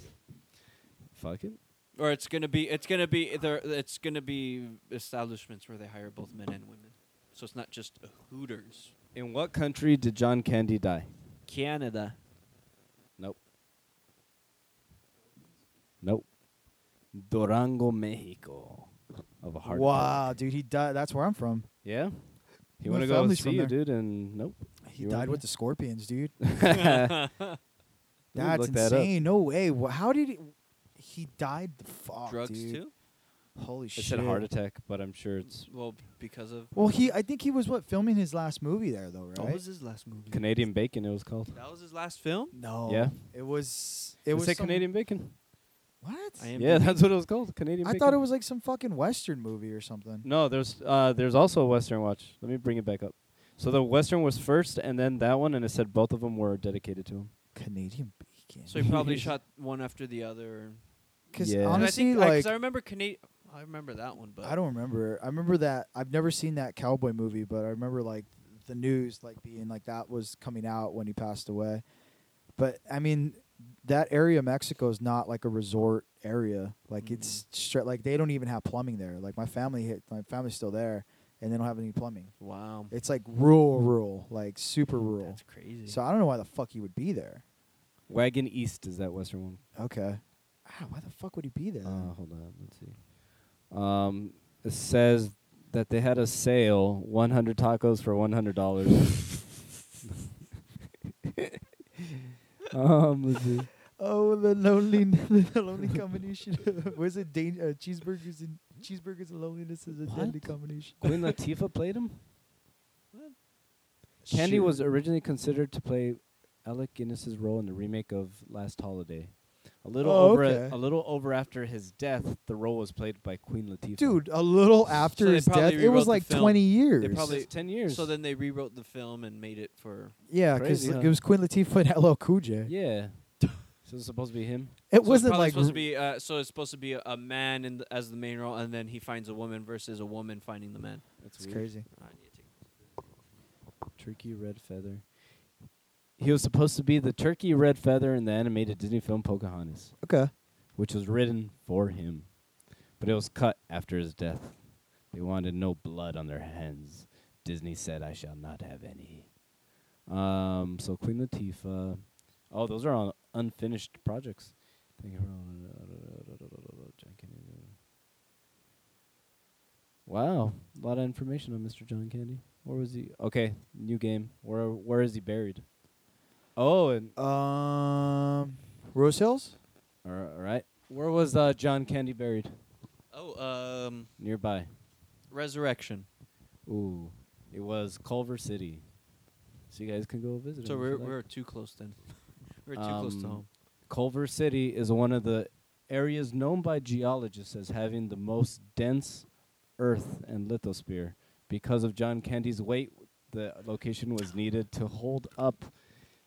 B: Fuck it.
A: or it's gonna be it's gonna be there it's gonna be establishments where they hire both men and women, so it's not just a Hooters.
B: In what country did John Candy die?
A: Canada.
B: Nope. Nope. Durango, Mexico. Of a heart.
C: wow,
B: attack.
C: dude, he died. That's where I'm from.
B: Yeah. You
C: My
B: want to go
C: family's
B: see
C: from
B: you,
C: there.
B: dude? And nope.
C: He
B: You
C: died
B: wanna
C: with the Scorpions, dude.
B: Let me
C: That's
B: look that up.
C: insane. No way. Wha- How did he? He died. Fuck,
A: Drugs
C: dude.
A: too.
C: Holy
B: I
C: shit.
B: said heart attack, but I'm sure it's
A: Well, because of
C: Well, he. I think he was what filming his last movie there though,
B: Oh
A: That
C: right?
A: was his last movie.
B: Canadian bacon. It was called.
A: That was his last film.
C: No.
B: Yeah.
C: It was. It
B: It
C: was
B: was it
C: some-
B: Canadian bacon?
C: What?
A: I am
B: Yeah,
A: Bacon.
B: that's what it was called. Canadian.
C: I
B: bacon.
C: thought it was like some fucking western movie or something.
B: No, there's uh, there's also a Western watch. Let me bring it back up. So the Western was first, and then that one, and it said both of them were dedicated to him.
C: Canadian bacon.
A: So he probably shot one after the other.
C: Because
B: Yeah.
A: And
C: honestly,
A: I think,
C: like
A: I, remember Canadian. I remember that one, but
C: I don't remember. I remember that I've never seen that cowboy movie, but I remember like the news like being like that was coming out when he passed away. But I mean, that area of Mexico is not like a resort area. Like
A: Mhm.
C: it's straight. Like they don't even have plumbing there. Like my family, hit, my family's still there, and they don't have any plumbing.
A: Wow,
C: It's like rural, rural, like super rural.
A: that's crazy.
C: So I don't know why the fuck he would be there.
B: Wagon East is that Western one.
C: Okay. Oh. Ah, why the fuck would he be there?
B: Uh, hold on, let's see. Um, it says that they had a sale: 100 tacos for 100 dollars. um, let's see.
C: oh, the lonely, the lonely combination. Was it dan- uh, cheeseburgers and Cheeseburgers and loneliness is a
B: What?
C: deadly combination.
B: Queen Latifah played him. Candy
C: Shoot.
B: was originally considered to play Alec Guinness's role in the remake of Last Holiday. A little
C: Oh,
B: over
C: okay.
B: a little over after his death, the role was played by Queen Latifah.
C: dude a little after
A: they
C: his
A: probably
C: death. It
A: rewrote
C: was
A: the
C: like
A: film.
C: twenty years.
A: They
B: probably
A: probably-
B: ten years.
A: So then they rewrote the film and made it for.
C: yeah, because
B: Crazy, huh?
C: it was Queen Latifah and LL Cool J.
B: yeah, so it's supposed to be him.
C: It
A: so it's
C: wasn't
A: probably
C: like
A: supposed to
C: r-
A: be. Uh, so it's supposed to be a, a man in the, as the main role, and then he finds a woman versus a woman finding the man.
B: That's
C: it's crazy.
A: I need to take-
B: Turkey Red Feather. He was supposed to be the Turkey Red Feather in the animated Disney film Pocahontas,
C: Okay,
B: which was written for him, but it was cut after his death. They wanted no blood on their hands. Disney said, "I shall not have any." Um, so Queen Latifah. Oh, those are all unfinished projects. Thank you for- John Candy. Wow, a lot of information on Mr. John Candy. Where was he? Okay, new game. Where where is he buried? Oh, and
C: um, Rose Hills.
B: all ri- all right. Where was uh, John Candy buried?
A: Oh, um,
B: Nearby.
A: resurrection.
B: Ooh, it was Culver City. So you guys can go visit.
A: So
B: him if
A: we're
B: you like.
A: we're too close then. we're too close to
B: Um,
A: home.
B: Culver City is one of the areas known by geologists as having the most dense earth and lithosphere. Because of John Candy's weight, the location was needed to hold up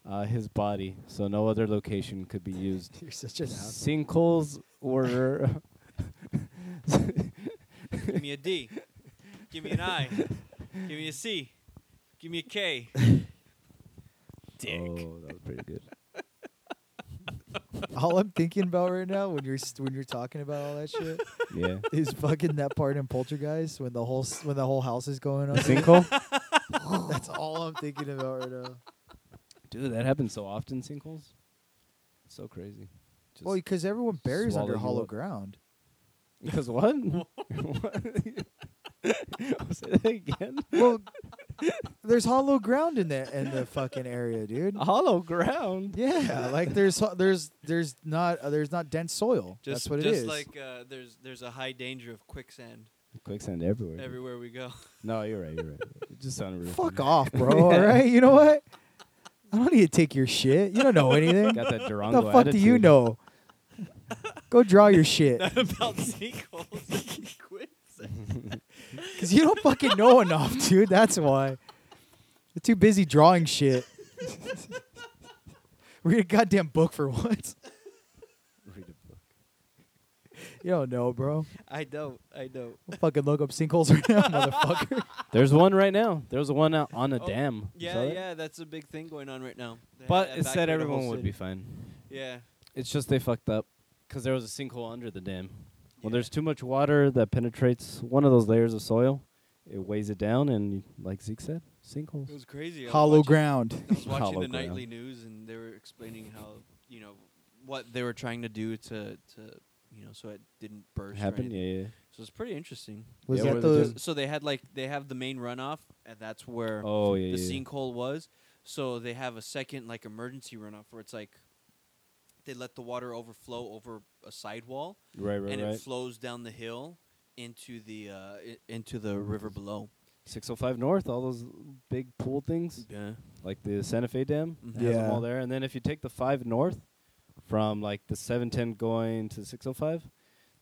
B: uh, his body, so no other location could be used.
C: You're such an asshole.
B: Sinkholes were.
A: Give me a D. Give me an I. Give me a C. Give me a K. Dick.
B: Oh, that was pretty good.
C: all I'm thinking about right now when you're st- when you're talking about all that shit
B: Yeah.
C: is fucking that part in Poltergeist when the whole s- when the whole house is going
B: The
C: up.
B: sinkhole?
C: That's all I'm thinking about right now.
B: Dude, that happens so often, sinkholes. So crazy. Just
C: Well, because everyone buries
B: swallow
C: under
B: you
C: hollow
B: up.
C: ground.
B: Because what? What? I'll say that again.
C: Well, there's hollow ground in the in the fucking area, dude.
B: Hollow ground.
C: Yeah, like there's ho- there's there's not uh, there's not dense soil.
A: Just,
C: That's what
A: just
C: it is.
A: like uh, there's there's a high danger of quicksand
B: Quicksand everywhere.
A: everywhere we go.
B: No, you're right. You're right. It just sounded real.
C: Fuck off, bro. All right, you know what? I don't need to take your shit. You don't know anything.
B: Got that Durango.
C: What the fuck do you
B: attitude.
C: know? Go draw your shit,
A: Not about sinkholes. quicksand.
C: cause you don't fucking know enough, dude. That's why. You're too busy drawing shit. Read a goddamn book for once.
B: Read a book.
C: You don't know, bro.
A: I don't. I don't.
C: I'll fucking look up sinkholes right now, motherfucker.
B: There's one right now. There's one out on a
A: Oh,
B: dam. You
A: Yeah,
B: saw that?
A: yeah, that's a big thing going on right now. They had
B: But
A: that
B: it said
A: evacuate a whole
B: everyone would be
A: city.
B: fine.
A: Yeah.
B: It's just they fucked up because there was a sinkhole under the dam. When
A: Yeah.
B: there's too much water that penetrates one of those layers of soil, it weighs it down, and like Zeke said, sinkholes.
A: It was crazy. I was
C: Hollow
A: watching-
C: ground.
A: I was watching
B: Hollow
A: the
B: ground.
A: nightly news, and they were explaining how you know what they were trying to do to to you know so it didn't burst. or
B: Happened,
A: anything.
B: yeah, yeah.
A: So it's pretty interesting.
C: Was
B: Yeah,
C: that
B: what
A: So-
B: are they
C: the
B: doing?
A: So they had like they have the main runoff, and that's where
B: Oh, yeah,
A: the
B: yeah. yeah.
A: sinkhole was. So they have a second like emergency runoff where it's like they let the water overflow over a sidewall,
B: Right, right,
A: and
B: right.
A: it flows down the hill into the uh, i- into the river below.
B: 605 North, all those big pool things,
A: Yeah.
B: like the Santa Fe Dam,
A: Mhm.
B: it has them
C: Yeah.
B: all there. And then if you take the 5 North from like the 710 going to 605,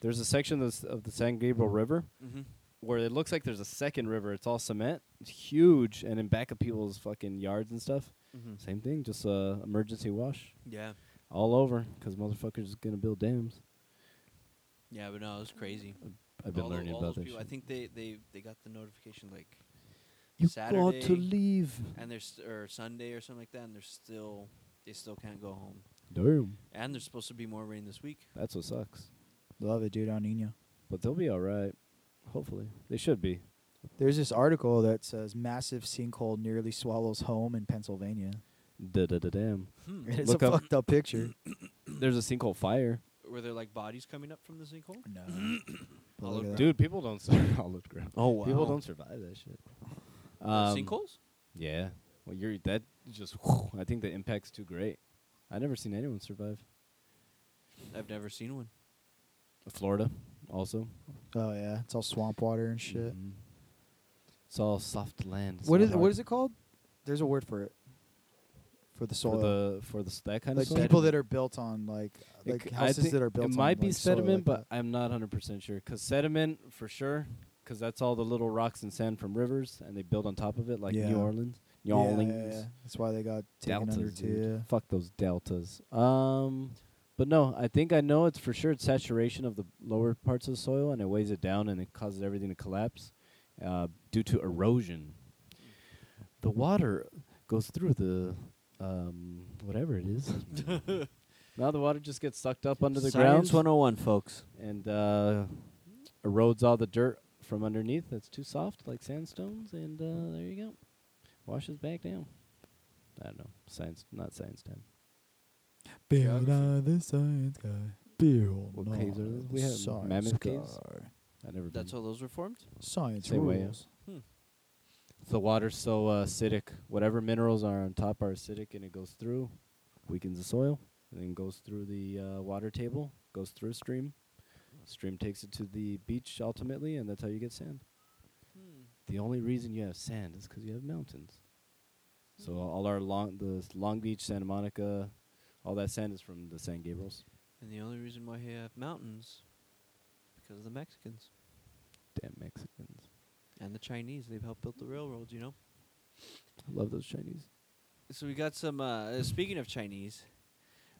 B: there's a section of, s- of the San Gabriel River
A: hmm
B: where it looks like there's a second river. It's all cement, it's huge, and in back of people's fucking yards and stuff.
A: hmm
B: Same thing, just uh, emergency wash
A: Yeah.
B: all over because motherfuckers is going to build dams.
A: Yeah, but no, it was crazy.
B: I've been
A: all tho-
B: learning
A: all
B: about
A: those
B: that.
A: people, I
B: shit.
A: think they, they, they got the notification like
B: you got to
A: Saturday
B: leave.
A: and there's or Sunday or something like that, and they're still they still can't go home.
B: Damn.
A: And there's supposed to be more rain this week.
B: That's what sucks.
C: love it, dude? On Nino.
B: But they'll be all right. Hopefully. They should be.
C: There's this article that says massive sinkhole nearly swallows home in Pennsylvania.
B: Da da da damn.
A: Hmm.
C: It's
B: Look
C: a
B: up-
C: fucked up picture.
B: There's a sinkhole fire.
A: Were there like bodies coming up from the sinkhole?
C: no. But
A: All
C: look
A: over
C: at that.
B: Dude, people don't survive olive ground.
A: Oh
B: People don't survive that shit. Um,
A: sinkholes?
B: Yeah. Well, you're that just. whew, I think the impact's too great. I never seen anyone survive.
A: I've never seen one.
B: Florida. also.
C: Oh yeah, it's all swamp water and shit.
B: Mhm. It's all soft land. It's
C: What
B: not
C: is
B: hard
C: what is it called? There's a word for it. For the soil.
B: for the for the that kind
C: like
B: of soil?
C: people that are built on like
B: It
C: like
B: c- I
C: houses
B: think
C: that are built
B: It
C: on
B: might be
C: like, soil
B: sediment,
C: like
B: but I'm not 100% sure. Because sediment, for sure, because that's all the little rocks and sand from rivers, and they build on top of it, like
C: Yeah.
B: New Orleans. New
C: that. Yeah,
B: Orleans.
C: yeah, yeah. That's why they got taken under
B: Deltas.
C: too.
B: dude.
C: yeah.
B: Fuck those deltas. Um, but no, I think I know it's for sure it's saturation of the lower parts of the soil, and it weighs it down, and it causes everything to collapse uh, due to erosion. The water goes through the um, whatever it is. now the water just gets sucked up under the oh
A: Science
B: ground
A: 101, folks.
B: and uh, erodes all the dirt from underneath that's too soft, like sandstones, and uh, there you go. Washes back down. I don't know. Science, not science time.
C: Build on the science guy. Build
B: What caves are
C: on
B: those?
C: the
B: We have
C: science
B: mammoth caves?
C: guy.
B: I never.
A: That's
B: been.
A: how those were formed?
C: Science
B: Same way, yeah.
C: rules.
B: The water's so uh, acidic. Whatever minerals are on top are acidic, and it goes through, weakens the soil, and then goes through the uh, water table, goes through a stream. Stream takes it to the beach ultimately, and that's how you get sand.
A: Hmm.
B: The only reason you have sand is because you have mountains. So
A: Mm.
B: all our long, the s- Long Beach, Santa Monica, all that sand is from the San Gabriels.
A: And the only reason why you have mountains because of the Mexicans
B: Damn Mexicans!
A: and the Chinese. They've helped build the railroads, you know.
B: I love those Chinese.
A: So we got some. Uh, uh, speaking of Chinese,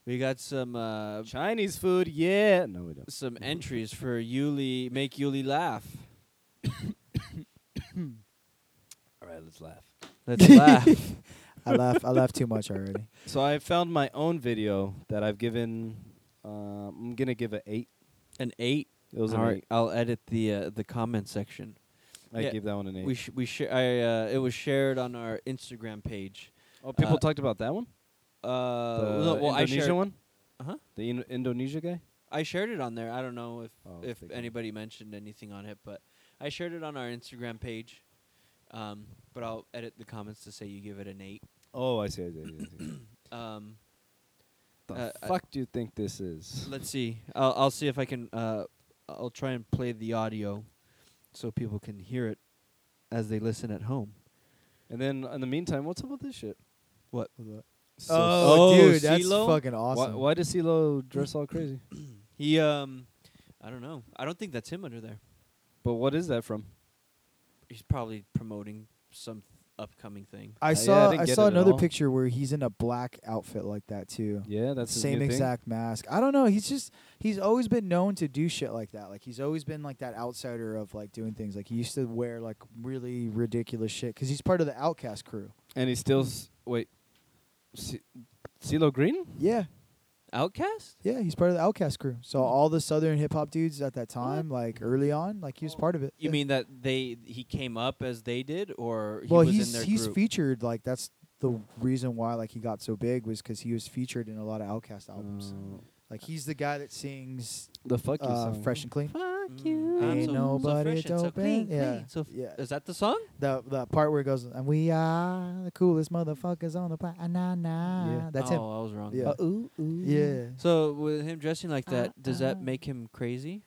A: we got some uh,
B: Chinese food, yeah. No, we don't.
A: some entries for Yuli. Make Yuli laugh.
B: All right, let's laugh.
A: Let's laugh.
C: I laugh. I laugh too much already.
B: So I found my own video that I've given. Uh, I'm gonna give a eight.
A: An eight.
B: It was
A: All
B: an
A: right, I'll edit the uh, the comment section.
B: eight. I
A: Yeah.
B: gave that one an eight.
A: We sh- we sh- I uh, it was shared on our Instagram page.
B: oh, people
A: uh,
B: talked about that one.
A: Uh,
B: the
A: no, well, I
B: Indonesia
A: shared.
B: one.
A: Uh-huh.
B: The Indo- Indonesia guy.
A: I shared it on there. I don't know if
B: Oh,
A: if
B: they got-
A: anybody mentioned anything on it, but I shared it on our Instagram page. Um, but I'll edit the comments to say you give it an eight.
B: Oh, I see. I see. I see, I see.
A: Um,
B: the
A: Uh, I-
B: fuck do you think this is?
A: let's see. I'll I'll see if I can. Uh, I'll try and play the audio so people can hear it as they listen at home.
B: And then in the meantime, what's up with this shit?
C: So-
A: Oh,
C: dude, that's
A: CeeLo?
C: fucking awesome.
B: Why, why does CeeLo dress all crazy?
A: He um, I don't know. I don't think that's him under there.
B: but what is that from?
A: He's probably promoting some upcoming thing.
C: I
B: yeah, I
C: saw.
B: didn't
C: I,
B: get
C: saw
B: it at
C: another
B: all.
C: picture where he's in a black outfit like that too.
B: Yeah, that's his
C: same
B: new thing?
C: exact mask. I don't know. He's just he's always been known to do shit like that. Like he's always been like that outsider of like doing things. Like he used to wear like really ridiculous shit because he's part of the Outcast crew.
B: And he still s- wait. C- CeeLo Green?
C: Yeah,
A: Outcast?
C: yeah, he's part of the Outcast crew.
A: Hmm.
C: So all the Southern hip hop dudes at that time, like early on, like he was part of it.
A: You
C: Yeah.
A: mean that they he came up as they did, or he
C: well,
A: was
C: he's
A: in their
C: he's
A: group?
C: featured like that's the reason why like he got so big was because he was featured in a lot of Outcast albums.
A: Oh.
B: Uh,
C: Like he's the guy that sings
B: the fuck you
C: uh,
B: song.
C: "Fresh and Clean."
A: Mm.
B: Fuck
A: I'm
C: Ain't
A: so-
C: nobody
A: so fresh and so
C: doping.
A: clean,
C: Yeah.
A: clean. So f-
C: Yeah.
A: is that the song?
C: The the part where it goes, and we are the coolest motherfuckers on the planet. Nah, nah.
B: Yeah.
C: That's
A: oh,
C: him.
A: I was wrong.
C: Yeah.
B: Uh, ooh, ooh.
C: Yeah.
A: So with him dressing like that, does that
B: uh-huh.
C: Uh-uh.
A: make him crazy?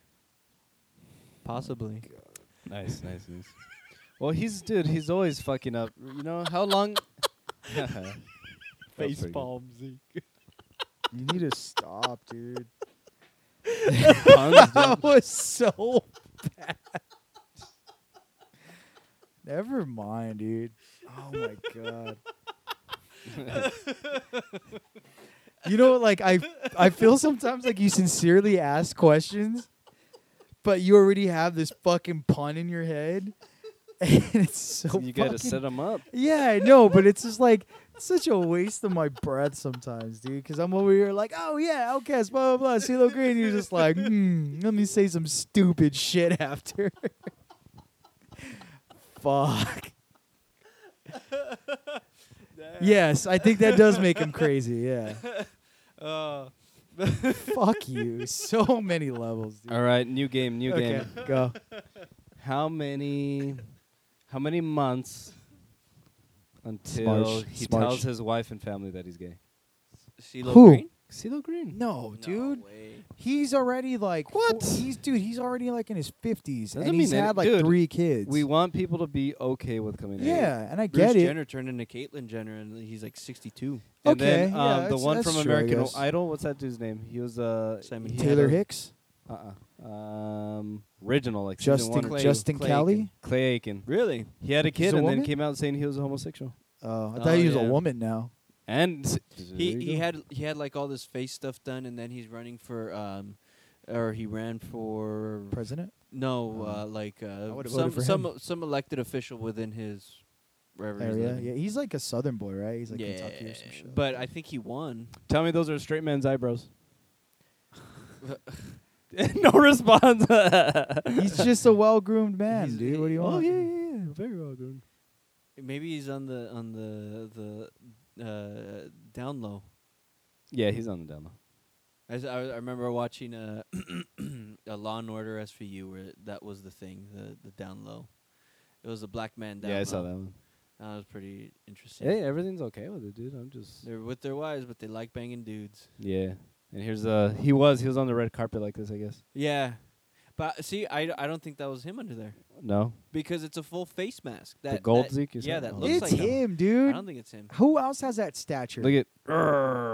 C: Oh
A: Possibly.
B: Nice, nice, nice. well, he's dude. He's always fucking up. You know how long?
A: palm Zeke.
C: You need to stop, dude.
B: palm.
C: That was so bad. Never mind, dude. Oh my god. you know, like I, I feel sometimes like you sincerely ask questions, but you already have this fucking pun in your head, and it's so.
B: you gotta
C: fucking
B: set him up.
C: Yeah, I know, but it's just like it's such a waste of my breath sometimes, dude. Because I'm over here like, oh yeah, Outcast, blah blah blah, CeeLo Green. You're just like, hmm, let me say some stupid shit after. Fuck. yes, I think that does make him crazy. Yeah. Fuck you. So many levels, dude.
B: All right, new game, new
C: okay,
B: game.
C: go.
B: How many how many months until
C: Smarch,
B: he
C: smarch.
B: tells his wife and family that he's gay?
A: CeeLo
C: Who?
A: Green.
B: Casilo Green.
C: No, dude.
A: way.
C: He's already like
B: What?
C: fo- he's dude. He's already like in his fifties,
B: Doesn't
C: and he's
B: mean any-
C: had like
B: dude,
C: three kids.
B: We want people to be okay with coming out.
C: yeah, and I
A: Bruce
C: get it.
A: Jenner turned into Caitlyn Jenner, and he's like 62.
B: And then um,
C: Okay, yeah,
B: the
C: that's-
B: one
C: that's
B: from
C: true, I
B: American
C: guess.
B: Idol, what's that dude's name? He was uh
A: Simon
B: he had
C: Taylor
B: a-
C: Hicks,
B: Uh-uh. Um, original like season
C: Justin
B: one.
A: Clay-
C: Justin
A: Clay
C: Kelly.
B: Clay Aiken.
A: Really?
B: He had a
C: He's
B: kid
C: a
B: and then
C: woman?
B: came out saying he was a homosexual.
C: Oh, I
A: Oh,
C: thought he was
A: yeah.
C: a woman now.
B: And s-
A: He
B: there you
A: he
B: go.
A: had he had like all this face stuff done, and then he's running for um, or he ran for
C: President.
A: no
C: Oh.
A: uh, like uh,
C: would've
A: some
C: voted for
A: some
C: him.
A: some elected official within his wherever he's
C: area.
A: living.
C: Yeah, he's like a Southern boy, right? He's like
A: Yeah,
C: Kentucky or some shit.
A: But I think he won.
B: Tell me those are straight men's eyebrows. no response.
C: he's just a well-groomed man,
A: He's-
C: dude. What do you
A: oh,
C: want?
B: yeah. Very well done.
A: Maybe he's on the on the the uh, down low.
B: Yeah, he's on the down low.
A: I, s- I I remember watching a, a Law and Order SVU where that was the thing, the the down low. It was a black man down
B: yeah,
A: low.
B: I saw that one.
A: That was pretty interesting.
B: Hey, everything's okay with it, dude. I'm just
A: They're with their wives, but they like banging dudes.
B: yeah. And here's uh he was he was on the red carpet like this, I guess.
A: Yeah, but see, I, d- I don't think that was him under there
B: No,
A: because it's a full face mask. That
B: the gold
A: that-
B: Zeke. is
A: yeah,
B: that
A: that
B: oh.
A: looks
C: It's
A: like him.
C: him,
A: I
C: dude.
A: don't think it's him.
C: Who else has that stature?
B: Look at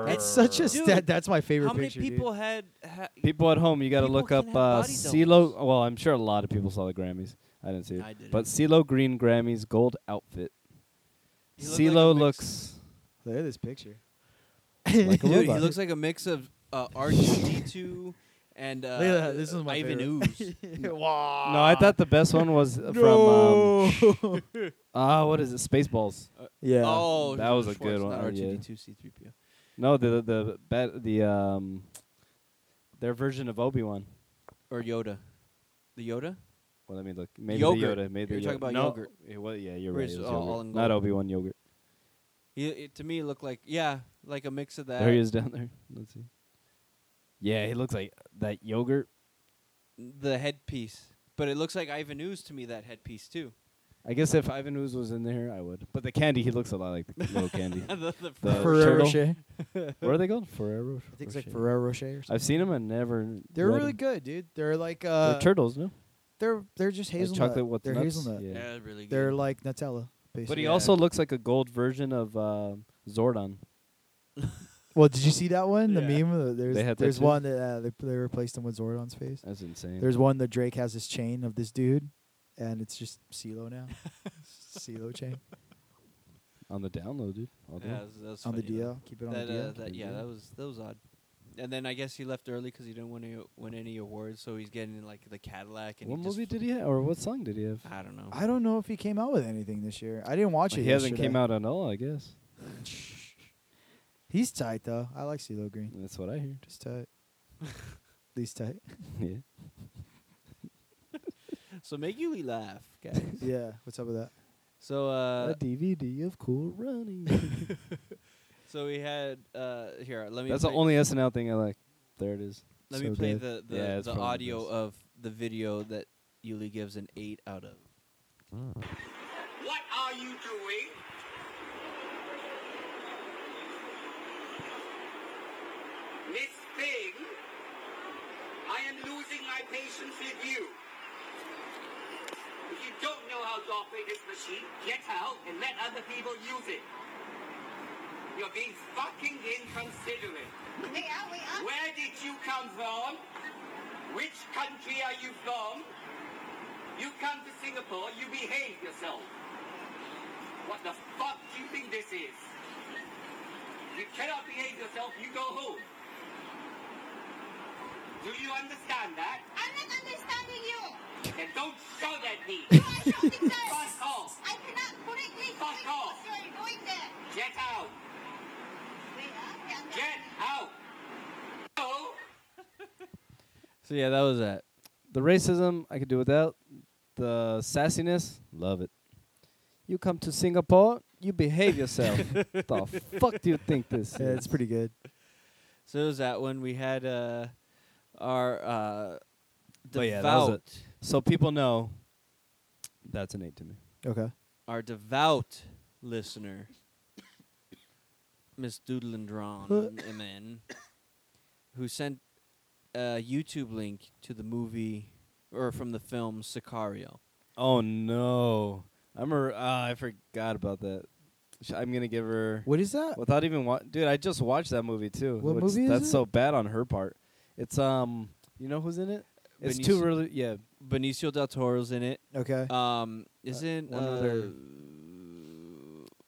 C: That's such a
A: Dude,
C: stat. That's my favorite
A: How many
C: picture, dude.
A: people had? Ha-
B: people at home. You got to
A: People
B: look
A: can
B: up
A: have
B: uh,
A: body
B: CeeLo. Well, I'm sure a lot of people saw the Grammys. I didn't see it,
A: I did.
B: but CeeLo Green Grammys gold outfit.
A: He looked like
B: CeeLo
A: a mix-
B: looks
C: Look at this picture.
B: Oh, like a
A: Dude,
B: robot.
A: he looks like a mix of uh, R2D2 and uh,
C: Look at that, this is my
A: Ivan
C: favorite.
A: Ooze.
C: wow.
B: no, I thought the best one was uh, from um, ah, what is it? Spaceballs.
C: yeah.
A: Oh,
B: That was a
A: Schwartz,
B: good one,
A: Not
B: uh, yeah.
A: R2D2, C3PO.
B: No, the the bet the um their version of Obi Wan.
A: Or Yoda. The Yoda?
B: Well, let me look. Maybe
A: Yogurt.
B: the Yoda. Maybe
A: You're
B: the
A: talking
B: Yoda.
A: about
B: no,
A: yogurt.
B: It was, yeah, you're
A: Where
B: right.
A: it's
B: It was
A: all- all
B: yogurt.
A: in
B: Not
A: gold.
B: Obi Wan yogurt.
A: He, it, to me, it looked like, yeah, like a mix of that.
B: There he is down there. Let's see. Yeah, he looks like uh, that yogurt.
A: The headpiece. But it looks like Ivan Ooze to me, that headpiece, too.
B: I guess if Ivan Ooze was in there, I would. But the candy, he looks a lot like the little candy.
A: the, the
B: The
A: fur-
C: Ferrero
B: turtle.
C: Rocher.
B: Where are they called? Ferrero.
C: I think it's like
B: Rocher.
C: Ferrero Rocher. Or something.
B: I've seen them. I never.
C: They're
B: read
C: really
B: 'em.
C: good, dude. They're like
B: They're
C: uh,
B: turtles, no?
C: they're they're just
B: Like
C: hazelnut.
B: chocolate with
C: they're
B: nuts?
C: hazelnut.
B: Yeah.
A: Yeah, really good.
C: They're like Nutella. Basically.
B: But he
A: Yeah.
B: also looks like a gold version of uh, Zordon.
C: Well, did you see that one? The
A: Yeah.
C: meme. Uh, There's
B: They had that
C: there's
B: too?
C: one that uh, they they replaced him with Zordon's face.
B: That's insane.
C: There's one that Drake has his chain of this dude, and it's just CeeLo now. CeeLo chain
B: on the download, dude. All the way.
A: yeah, that's, that's
C: on the
A: funny, though.
C: DL. Keep it on
A: That,
C: the DL.
A: uh, that, yeah, that was that was odd. And then I guess he left early because he didn't win any, win any awards, so he's getting like the Cadillac. And
B: What
A: he just
B: movie did he have, or what song did he have?
A: I don't know.
C: I don't know if he came out with anything this year. I didn't watch it.
B: he hasn't came
C: yesterday.
B: out at all, I guess.
C: He's tight though. I like CeeLo Green.
B: That's what I hear.
C: Just tight. He's tight.
B: yeah.
A: so make Yuli laugh, guys.
C: Yeah. What's up with that?
A: so uh,
B: a DVD of Cool Running.
A: so we had uh, here. Let me.
B: That's the
A: play,
B: only SNL thing I like. There it is.
A: Let
B: so
A: me play
B: good.
A: the the,
B: Yeah, it's
A: the
B: probably
A: audio
B: best.
A: of the video that Yuli gives an eight out of.
D: What are you doing? Miss Thing, I am losing my patience with you. If you don't know how to operate this machine, get out and let other people use it. You're being fucking inconsiderate.
E: Wait, out, wait, out.
D: Where did you come from? Which country are you from? You come to Singapore, you behave yourself. What the fuck do you think this is? You cannot behave yourself, you go home. Do you understand that?
E: I'm not understanding you.
D: Then don't shout at me.
E: You are shouting that.
D: Fuck off.
E: I cannot correctly
D: Fuck
E: speak
D: off.
E: because you are going there.
D: Get out.
E: Wait, out, wait, out.
D: Get out. Go.
A: So yeah, that was that.
B: The racism I could do without. The sassiness, love it. You come to Singapore, you behave yourself. the fuck do you think this
C: Yeah,
B: is?
C: it's pretty good.
A: So it was that one. We had uh, our uh,
B: But
A: devout,
B: yeah, that was a- So people know. That's an eight to me.
C: Okay.
A: our devout listener, Miss Doodlandron, and then who sent a YouTube link to the movie or from the film Sicario.
B: Oh no, I'm a. ah, I forgot about that. Sh- I'm gonna give her
C: What is that?
B: without even wa- dude. I just watched that movie too.
C: What
B: which
C: movie is
B: That's
C: it?
B: so bad on her part. It's um, you know who's in it? It's
A: Benicio-
B: two really yeah.
A: Benicio del Toro's in it.
C: Okay.
A: Um, isn't
B: one
A: uh,
B: other-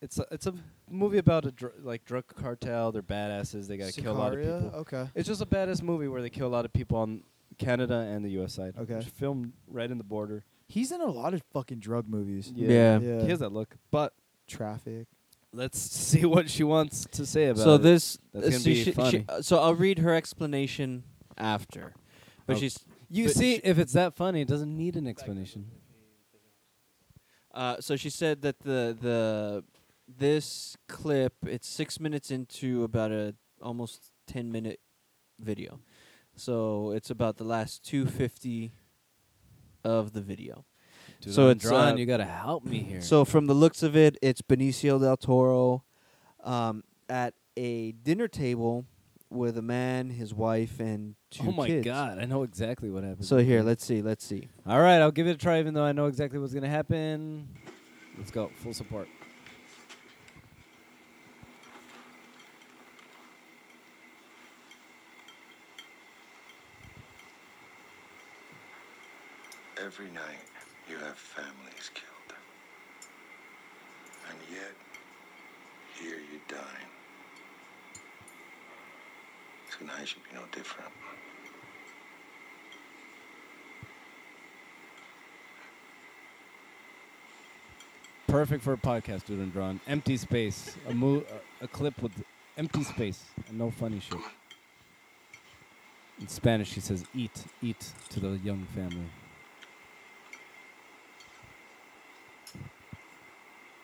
B: It's a, it's a movie about a dr- like drug cartel. They're badasses. They gotta kill a lot of
C: Sicaria?
B: people.
C: Okay.
B: It's just a badass movie where they kill a lot of people on Canada and the U.S. side.
C: Okay.
B: It's filmed right in the border.
C: He's in a lot of fucking drug movies.
A: Yeah.
C: Yeah.
B: he has that look. But
C: Traffic.
B: let's see what she wants to say about
A: so
B: it.
A: this
B: That's
A: uh,
B: gonna
A: so
B: be
A: she- she-
B: funny.
A: uh, so I'll read her explanation after, but
B: Okay.
A: she's
B: you
A: but
B: see,
A: she-
B: if it's that funny, it doesn't need an explanation.
A: Uh, so she said that the the this clip it's six minutes into about a almost ten minute video, so it's about the last two fifty of the video.
B: Dude,
A: So
B: I'm
A: it's,
B: drawn,
A: uh,
B: you gotta help me here.
A: So from the looks of it, it's Benicio del Toro um, at a dinner table with a man, his wife, and two
B: oh my
A: kids.
B: god, I know exactly what happened.
A: So here, let's see, let's see.
B: All right, I'll give it a try, even though I know exactly what's gonna happen. Let's go, full support.
F: Every night you have families killed. And yet, here you're dying. Tonight should be no different.
B: Perfect for a podcast, dude and Drawn. Empty space, a mo- a, a clip with empty space, and no funny shit. In Spanish, she says "eat, eat" to the young family.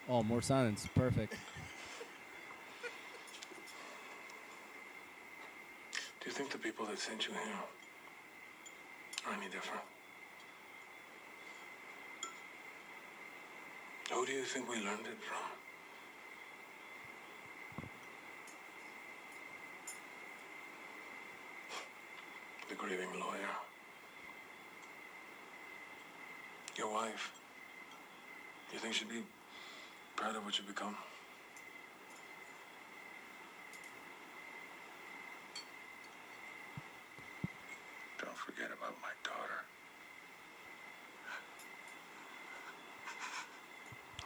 B: Oh, more silence. Perfect.
G: Do you think the people that sent you here are any different? Who do you think we learned it from? The grieving lawyer. Your wife. Do you think she'd be proud of what you become?
F: Don't forget about my daughter.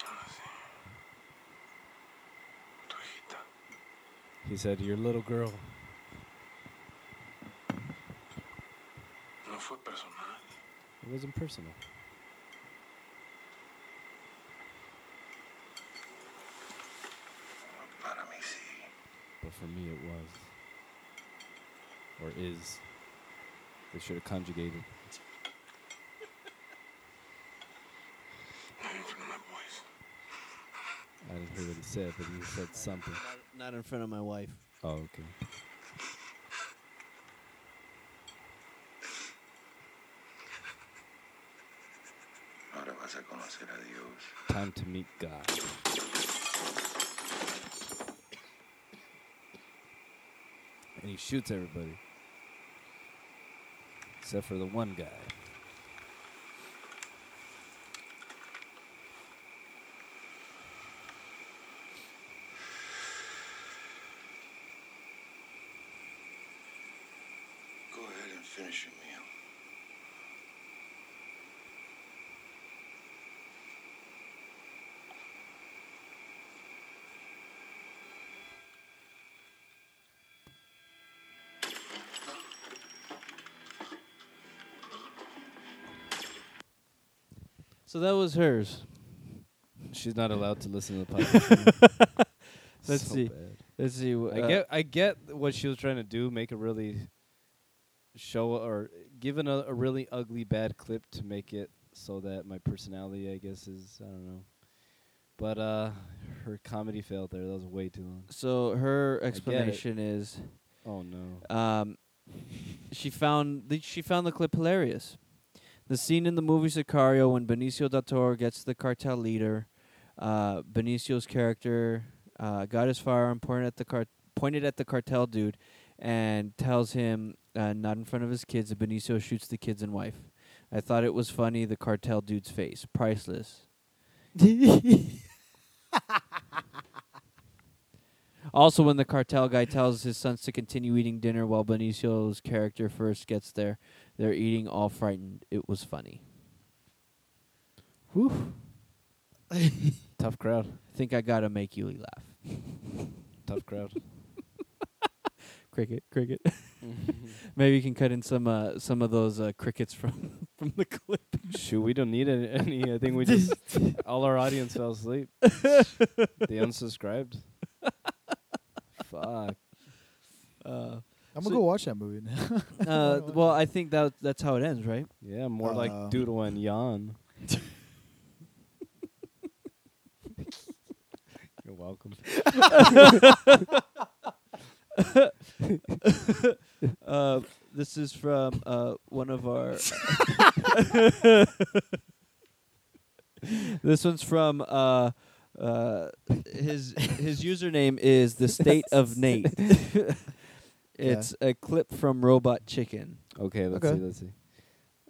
G: Ah, sí. Tu hijita.
B: He said, "Your little girl."
G: No fue personal.
B: It wasn't personal.
F: Para mí sí.
B: but for me it was or is they should have conjugated
G: Not in front of my boys.
B: i didn't hear what he said but he said something
A: Not in front of my wife.
B: oh okay
F: Ahora vas a conocer a Dios.
B: time to meet god and he shoots everybody except for the one guy
F: Go ahead and finish your meal.
A: So that was hers.
B: she's not allowed to listen to the podcast
A: Let's
B: So
A: see.
B: bad.
A: Let's see. wh-
B: I
A: uh,
B: get I get what she was trying to do, make a really show or give an, a really ugly bad clip to make it so that my personality, I guess, is I don't know. But uh her comedy failed there. That was way too long.
A: So her
B: get it.
A: explanation is,
B: Oh no.
A: um, she found the, she found the clip hilarious. The scene in the movie Sicario when Benicio del Toro gets the cartel leader, uh, Benicio's character uh, got his firearm pointed at the car- pointed at the cartel dude, and tells him uh, not in front of his kids. that Benicio shoots the kids and wife. I thought it was funny the cartel dude's face, priceless. Also, when the cartel guy tells his sons to continue eating dinner while Benicio's character first gets there, they're eating all frightened. It was funny.
B: Whew. Tough crowd.
A: I think I gotta make Yuli laugh.
B: Tough crowd.
A: Cricket, cricket. Maybe you can cut in some uh, some of those uh, crickets from from the clip.
B: Shoot, we don't need any. any I think we just all our audience fell asleep. they unsubscribed. Fuck.
A: Uh,
C: I'm
A: So-
C: gonna go watch that movie now.
A: uh, well, I think that that's how it ends, right?
B: Yeah, more
C: Uh,
B: like doodle and yawn. You're welcome.
A: Uh, this is from uh, one of our. this one's from uh, uh, his his username is the state of Nate. it's a clip from Robot Chicken.
B: Okay, let's
C: Okay.
B: see. Let's see.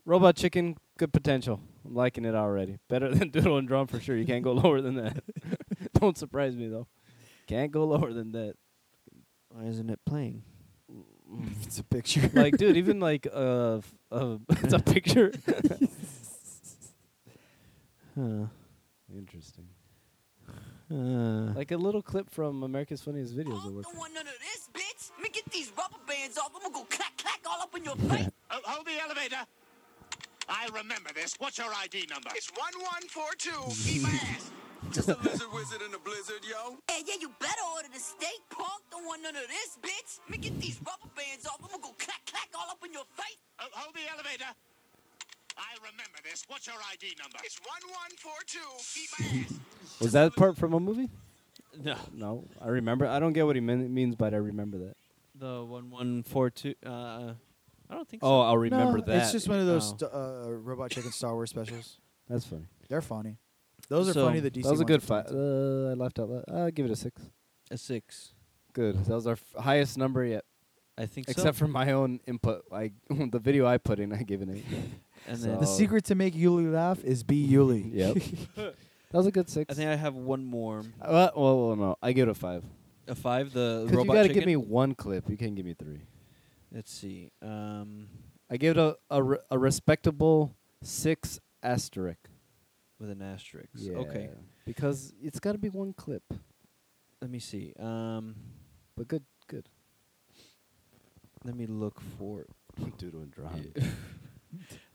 B: Robot Chicken, good potential. I'm liking it already. Better than Doodle and Drum for sure. You can't go lower than that. Don't surprise me though. Can't go lower than that.
A: Why isn't it playing?
C: it's a picture.
B: Like, dude, even like uh, f- uh it's a picture.
A: Huh.
B: Interesting.
A: Uh,
B: Like a little clip from America's Funniest Videos. That worked.
E: want none of this, bitch. Let me get these rubber bands off. I'm gonna go clack clack all up in your face.
H: Oh, hold the elevator. I remember this. What's your ID number?
I: It's 1142. Keep my ass. Just a lizard wizard in a blizzard, yo.
E: yeah, yeah, you better order the steak, punk. Don't want none of this, bitch. Let me get these rubber bands off. I'm gonna go clack clack all up in your face.
H: Oh, hold the elevator. I remember this. What's your ID number?
I: It's 1142. Keep my ass.
B: Was that part from a movie?
A: no.
B: No, I remember. I don't get what he mean, means, but I remember that.
A: The one one four two. Uh, I don't think so.
B: Oh, I'll remember
C: No,
B: that.
C: It's just one of those
A: Oh.
C: st- uh, Robot Chicken Star Wars specials.
B: That's funny.
C: They're funny. Those are
A: So,
C: funny. The DC.
B: that was a
C: ones
B: good
C: are
B: fight.
C: funny.
B: Uh, I laughed out loud. I give it a six.
A: a six.
B: Good. That was our f- highest number yet,
A: I think
B: except
A: so.
B: for my own input. I the video I put in, I gave an eight.
A: and
B: so-
A: then
C: The secret to make Yuli laugh is be Yuli.
B: oh. yep. That was a good six.
A: I think I have one more.
B: Uh, well, well, well, no, I give it a five.
A: A five. The
B: 'Cause
A: robot
B: you gotta
A: chicken.
B: give me one clip. You can't give me three.
A: Let's see. Um,
B: I give it a a, re- a respectable six asterisk.
A: with an asterisk. Okay.
B: Yeah. Because it's got to be one clip,
A: Let me see. Um,
B: but good, good.
A: let me look for
B: Doodle and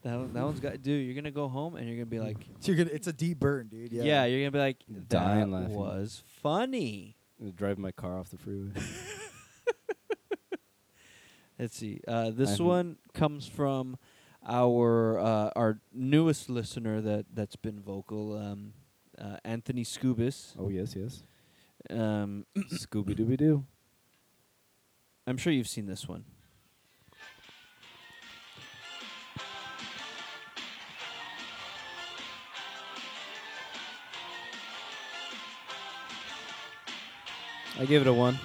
A: that. One, that one's got. Dude, you're gonna go home and you're gonna
B: Mm.
A: be like,
C: You're gonna, it's a deep burn, dude.
A: yeah,
C: Yeah.
A: you're gonna be like,
B: Dying
A: that
B: laughing.
A: was funny.
B: Drive my car off the freeway.
A: Let's see. Uh, this
B: haven't-
A: one comes from our uh, our newest listener that that's been vocal, um, uh, Anthony Scubis.
B: oh yes, yes.
A: Um,
B: Scooby Dooby Doo.
A: I'm sure you've seen this one.
B: I give it a one.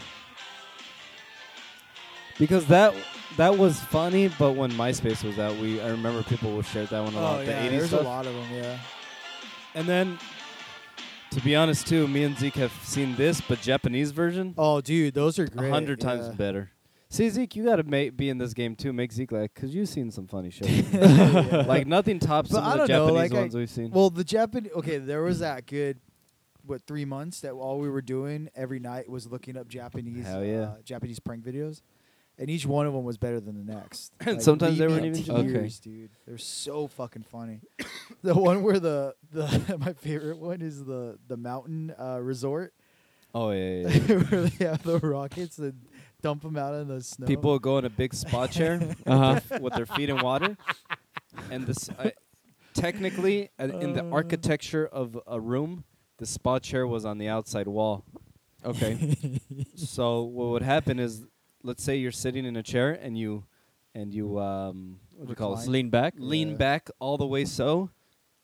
B: Because that that was funny, but when MySpace was out, we I remember people will share that one a lot.
C: Oh
B: the
C: yeah.
B: 80s
C: There's
B: stuff.
C: a lot of them. Yeah.
B: And then, to be honest, too, me and Zeke have seen this, but Japanese version,
C: Oh, dude, those are
B: a
C: great.
B: hundred times
C: yeah.
B: better. See, Zeke, you gotta ma- be in this game too. Make Zeke like, cause you've seen some funny shit.
C: Yeah.
B: like nothing tops
C: But
B: some
C: I
B: of the
C: don't know,
B: Japanese
C: like, I-
B: ones we've seen.
C: Well, the Japanese. Okay, there was that good. What three months that all we were doing every night was looking up Japanese
B: Hell yeah.
C: uh, Japanese prank videos, and each one of them was better than the next.
B: And sometimes they
C: leave
B: weren't
C: me in
B: even Japanese.
C: tears, dude. They're so fucking funny. the one where the the my favorite one is the the mountain uh, resort
B: oh yeah, yeah. yeah.
C: where they have the rockets and dump them out in the snow.
B: People will go in a big spa chair with, their, f- with their feet in water, and this I, technically uh, in the architecture of a room, the spa chair was on the outside wall. Okay, so what would happen is, let's say you're sitting in a chair and you, and you um, what do you call this?
A: Lean back.
B: Lean
C: Yeah.
B: back all the way so,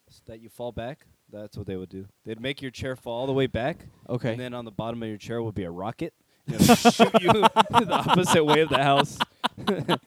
B: so that you fall back. That's what they would do. They'd make your chair fall all the way back,
A: Okay.
B: and then on the bottom of your chair would be a rocket, shoot you the opposite way of the house.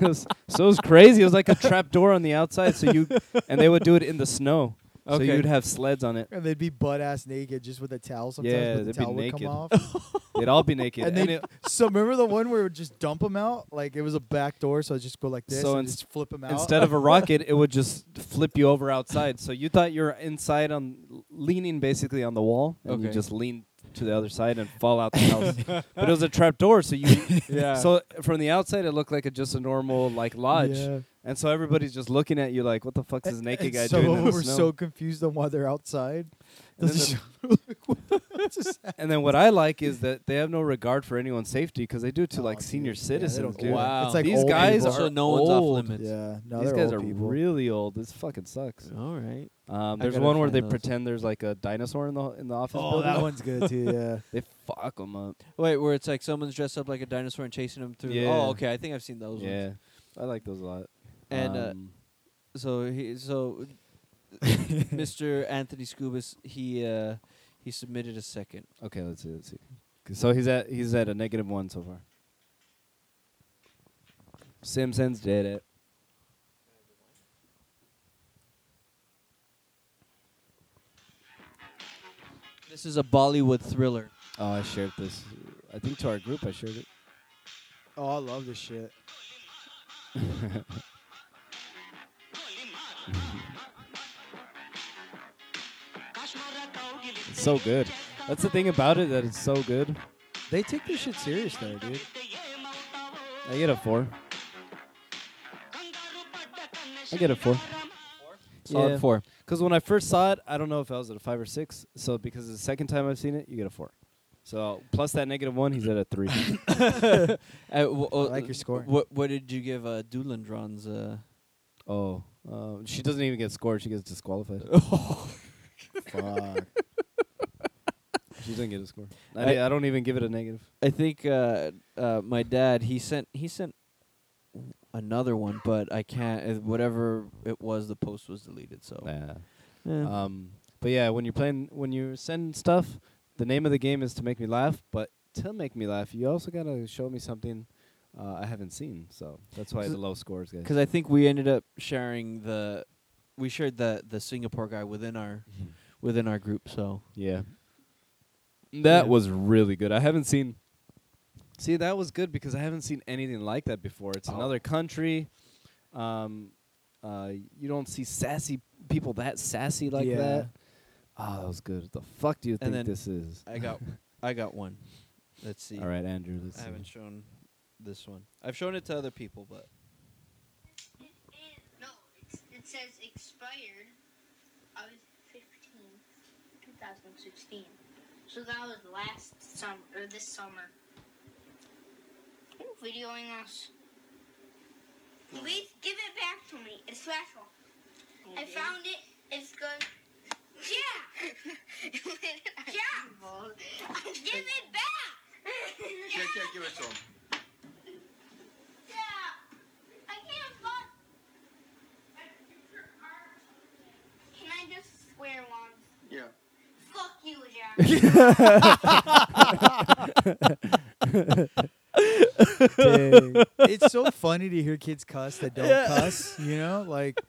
B: It was- so it was crazy. It was like a trap door on the outside. So you and they would do it in the snow. So
A: Okay.
B: you'd have sleds on it.
C: And they'd be butt ass naked just with a towel sometimes.
B: Yeah,
C: but the
B: they'd be
C: towel would
B: naked.
C: come off.
B: They'd all be naked.
C: and
B: And
C: they
B: it-
C: so remember the one where it would just dump them out? Like it was a back door, so I'd just go like this
B: So
C: and
B: ins-
C: just flip them out.
B: instead of a rocket, it would just flip you over outside. So you thought you were inside on leaning basically on the wall, and you
A: Okay.
B: just lean to the other side and fall out the house. but it was a trap door, so you
A: Yeah.
B: So from the outside, it looked like a, just a normal like lodge,
C: Yeah.
B: and so everybody's just looking at you like, "What the fuck's this naked
C: and
B: guy
C: some
B: doing?"
C: of
B: in
C: them
B: the
C: were
B: snow?
C: so confused on why they're outside.
B: And
C: Doesn't
B: then
C: show- It's just-
B: And then what I like is that they have no regard for anyone's safety because they do it to
C: Oh,
B: like senior
C: dude. Yeah, they don't
B: citizens,
C: care.
B: dude.
A: Wow.
C: It's like
B: These
C: old
B: guys
C: people.
B: are
A: so no one's off
B: old.
A: limits.
C: yeah, no,
B: These
C: they're
B: guys
C: old
B: are
C: people.
B: really old. This fucking sucks.
A: All right.
B: Um,
A: I
B: there's
A: gotta
B: one where they
A: find those.
B: pretend there's like a dinosaur in the in the office.
C: oh,
B: building.
C: that one's good too. Yeah,
B: They fuck them up.
A: Wait, where it's like someone's dressed up like a dinosaur and chasing him through.
B: Yeah.
A: Oh, okay. I think I've seen those
B: yeah,
A: ones.
B: I like those a lot.
A: And, uh,
B: Um,
A: So he, so Mr. Anthony Scubas, he uh, he submitted a second.
B: okay, let's see, let's see. 'Cause- So he's at he's at a negative one so far. Simpsons did it.
A: This is a Bollywood thriller.
B: Oh, I shared this. I think to our group, I shared it.
C: oh, I love this shit.
B: It's so good. That's the thing about it that it's so good.
C: They take this shit serious though, dude.
B: I get a four. I get a four.
A: Solid
B: Yeah.
A: four.
B: Because when I first saw it, I don't know if I was at a five or six. So because the second time I've seen it, you get a four. So plus that negative one, he's at a three.
A: Uh, w- uh,
C: like your score.
A: What what did you give uh, Doolandron's? Uh,
B: oh, uh, she doesn't even get scored. She gets disqualified.
C: Oh. Fuck.
B: she doesn't get a score.
A: I-
B: I, I don't even give it a negative.
A: I think uh, uh, my dad he sent he sent another one, but I can't. Uh, whatever it was, the post was deleted. So
B: Nah.
A: Yeah.
B: Um, but yeah, when you're playing, when you send stuff, the name of the game is to make me laugh. But to make me laugh, you also gotta show me something uh, I haven't seen. So that's why
A: Cause-
B: the low scores, guys.
A: Because I think we ended up sharing the, we shared the the Singapore guy within our, within our group. So
B: Yeah, that
A: Yeah.
B: was really good. I haven't seen. See, that was good because I haven't seen anything like that before.
A: Oh.
B: It's another country. Um, uh, you don't see sassy people that sassy like
C: Yeah.
B: that. Oh, that was good. The fuck do you think
A: then
B: this is?
A: I got, I got one. Let's see.
B: All right, Andrew. Let's
A: I
B: see.
A: haven't shown this one. I've shown it to other people, but
J: No, it's, it says expired August 15, 2016. So that was last summer, or this summer. Are you videoing us?
E: Please give it back to me. It's special. I found it. It's good. Yeah. yeah. give it back.
I: Yeah, yeah, give it to him.
E: Yeah. I can't fuck. Can I just swear once?
I: Yeah.
E: Fuck you, Jack.
C: Dang. it's so funny to hear kids cuss that don't cuss. You know, like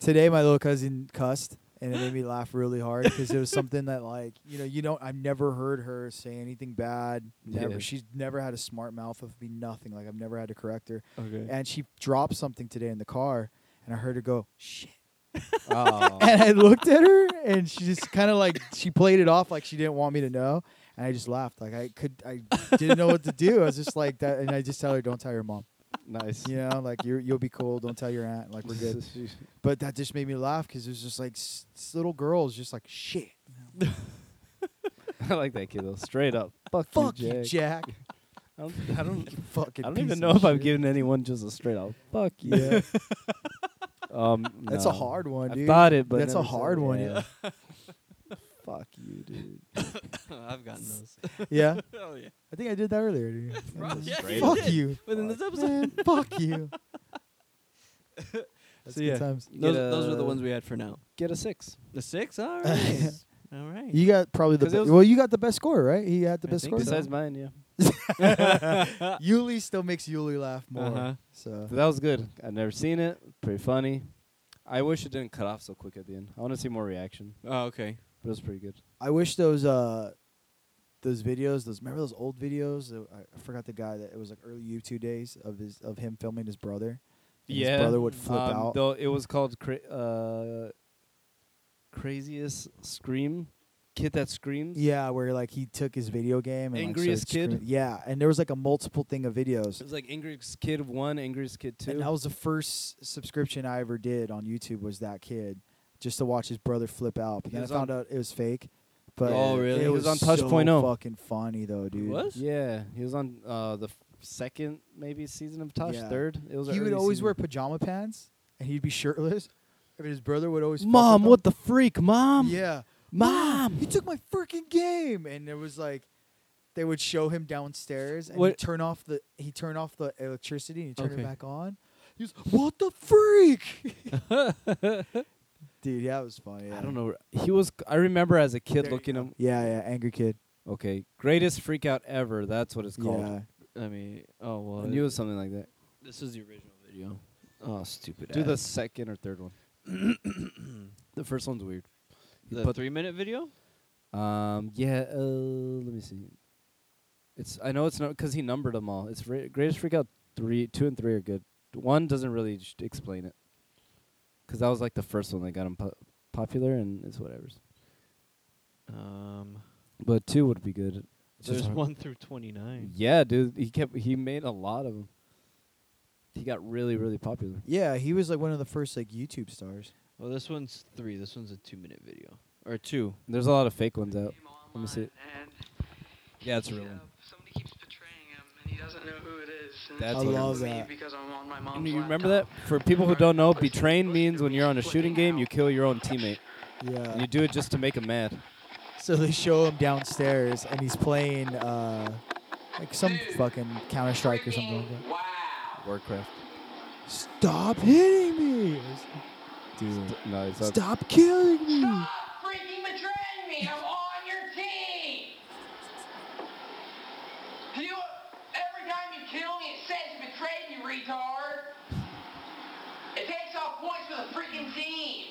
C: today my little cousin cussed, and it made me laugh really hard because it was something that, like, you know, you don't. I've never heard her say anything bad. Never.
B: Yeah.
C: She's never had a smart mouth of me nothing. Like I've never had to correct her.
A: okay.
C: And she dropped something today in the car, and I heard her go shit.
B: Oh.
C: And I looked at her, and she just kind of like she played it off like she didn't want me to know, and I just laughed. Like I could, I didn't know what to do. I was just like that, and I just tell her, "Don't tell your mom."
B: nice.
C: You know, like you you'll be cool. Don't tell your aunt. Like we're good. But that just made me laugh because it was just like s- s- little girls just like shit.
B: I like that kid though. Straight up. Fuck,
C: Fuck
B: you, Jack.
C: you, Jack.
B: I don't. I don't,
C: You fucking.
B: I don't
C: piece
B: even
C: of
B: know if I'm
C: shit.
B: giving anyone just a straight up. Fuck you.
C: Yeah,
B: Um.
C: that's
B: no.
C: a hard one,
B: I
C: dude.
B: thought it, but
C: that's a
B: never said
C: hard
B: it.
C: one. Yeah.
B: Yeah. Fuck you, dude.
A: I've gotten those.
C: Yeah?
A: oh yeah.
C: I think I did that earlier, dude.
A: Right.
C: Yeah.
A: Yeah, you
C: Fuck
A: did.
C: you.
A: Within this episode.
C: Man, fuck you. That's
A: So
C: good
A: yeah.
C: times.
A: Those,
B: Get
A: those are the
B: a-
A: ones we had for now.
B: Get a six.
A: The six. All right. all right.
C: You got probably the
B: 'Cause it
C: be-
B: was-
C: well. You got the best score, right? He had the
A: I
C: best
A: think
C: score.
A: so.
B: Besides mine, yeah.
C: Yuli still makes Yuli laugh more.
A: Uh-huh.
C: So
B: That was good. I've never seen it. Pretty funny. I wish it didn't cut off so quick at the end. I want to see more reaction,
A: Oh, okay.
B: but it was pretty good.
C: I wish those uh those videos, those remember those old videos? Uh, I I forgot the guy that it was like early YouTube days of his of him filming his brother. And His brother would flip
B: um,
C: out.
B: Though it was called cra- uh, craziest scream, kid that screams.
C: Yeah, where like he took his video game and like,
B: Angriest
C: started screaming-
B: Kid?
C: Yeah, and there was like a multiple thing of videos.
B: It was like Angriest Kid One, Angriest Kid Two.
C: And that was the first subscription I ever did on YouTube was that kid, just to watch his brother flip out. But
B: He
C: then
B: was
C: I found
B: on-
C: out it was fake. But
B: Oh, really?
C: It
B: He
C: was,
B: was on Touch
C: so
B: 0.0.
C: fucking funny though, dude.
A: was?
B: yeah, he was on uh, the f- second maybe season of Tosh.
C: Yeah.
B: Third. It was.
C: He would
B: early
C: always
B: season.
C: wear pajama pants, and he'd be shirtless. I mean, his brother would always. fuck
B: Mom,
C: with
B: what
C: him.
B: the freak, mom?
C: Yeah,
B: Mom!
C: you took my freaking game, and it was like. They would show him downstairs, and he'd
A: What-
C: turn off the he turn off the electricity, and he turned
A: Okay.
C: it back on. He was what the freak, dude. Yeah, it was funny.
B: I
C: yeah.
B: don't know. He was. I remember as a kid
C: There you
B: looking
C: go.
B: him.
C: Yeah, yeah, angry kid.
B: Okay, greatest freak out ever. That's what it's called.
C: Yeah,
A: I mean, oh well.
B: I knew it was something like that.
A: this is the original video. Oh, stupid.
B: Do the
A: ass.
B: second or third one. the first one's weird.
A: the
B: put-
A: three minute video.
B: Um. Yeah. Uh. Let me see. It's. I know it's not because he numbered them all. It's re- greatest freak out three, two, and three are good. One doesn't really sh- explain it. Cause that was like the first one that got him po- popular, and it's whatever's.
A: Um,
B: But two would be good. It's just
A: there's
B: hard-
A: one through twenty nine.
B: Yeah, dude. He kept. He made a lot of them. He got really, really popular.
C: yeah. He was like one of the first like YouTube stars.
A: Well, this one's three. This one's a two minute video or two.
B: There's a lot of fake ones out. Let me see it.
K: And
B: Yeah, it's
K: he,
B: a real
K: uh,
B: one.
K: Somebody keeps betraying him, and he doesn't know who it is. And
B: That's
K: it's
B: what
K: easy
B: I
K: to
C: love
K: believe
C: that.
K: Because I'm on my
B: I
K: mom's
B: mean, you remember that?
K: laptop.
B: For people who don't know, betraying means when you're on a shooting game, you kill your own teammate. And
C: Yeah.
B: you do it just to make him mad.
C: So they show him downstairs, and he's playing uh like some fucking Counter Strike or something like that.
B: Warcraft.
C: Stop hitting me!
B: Dude, no, it's not-
C: Stop killing me!
K: freaking betraying me! I'm on your team! Do you, every time you kill me, it says betrayed, you retard! It takes off points for the freaking team!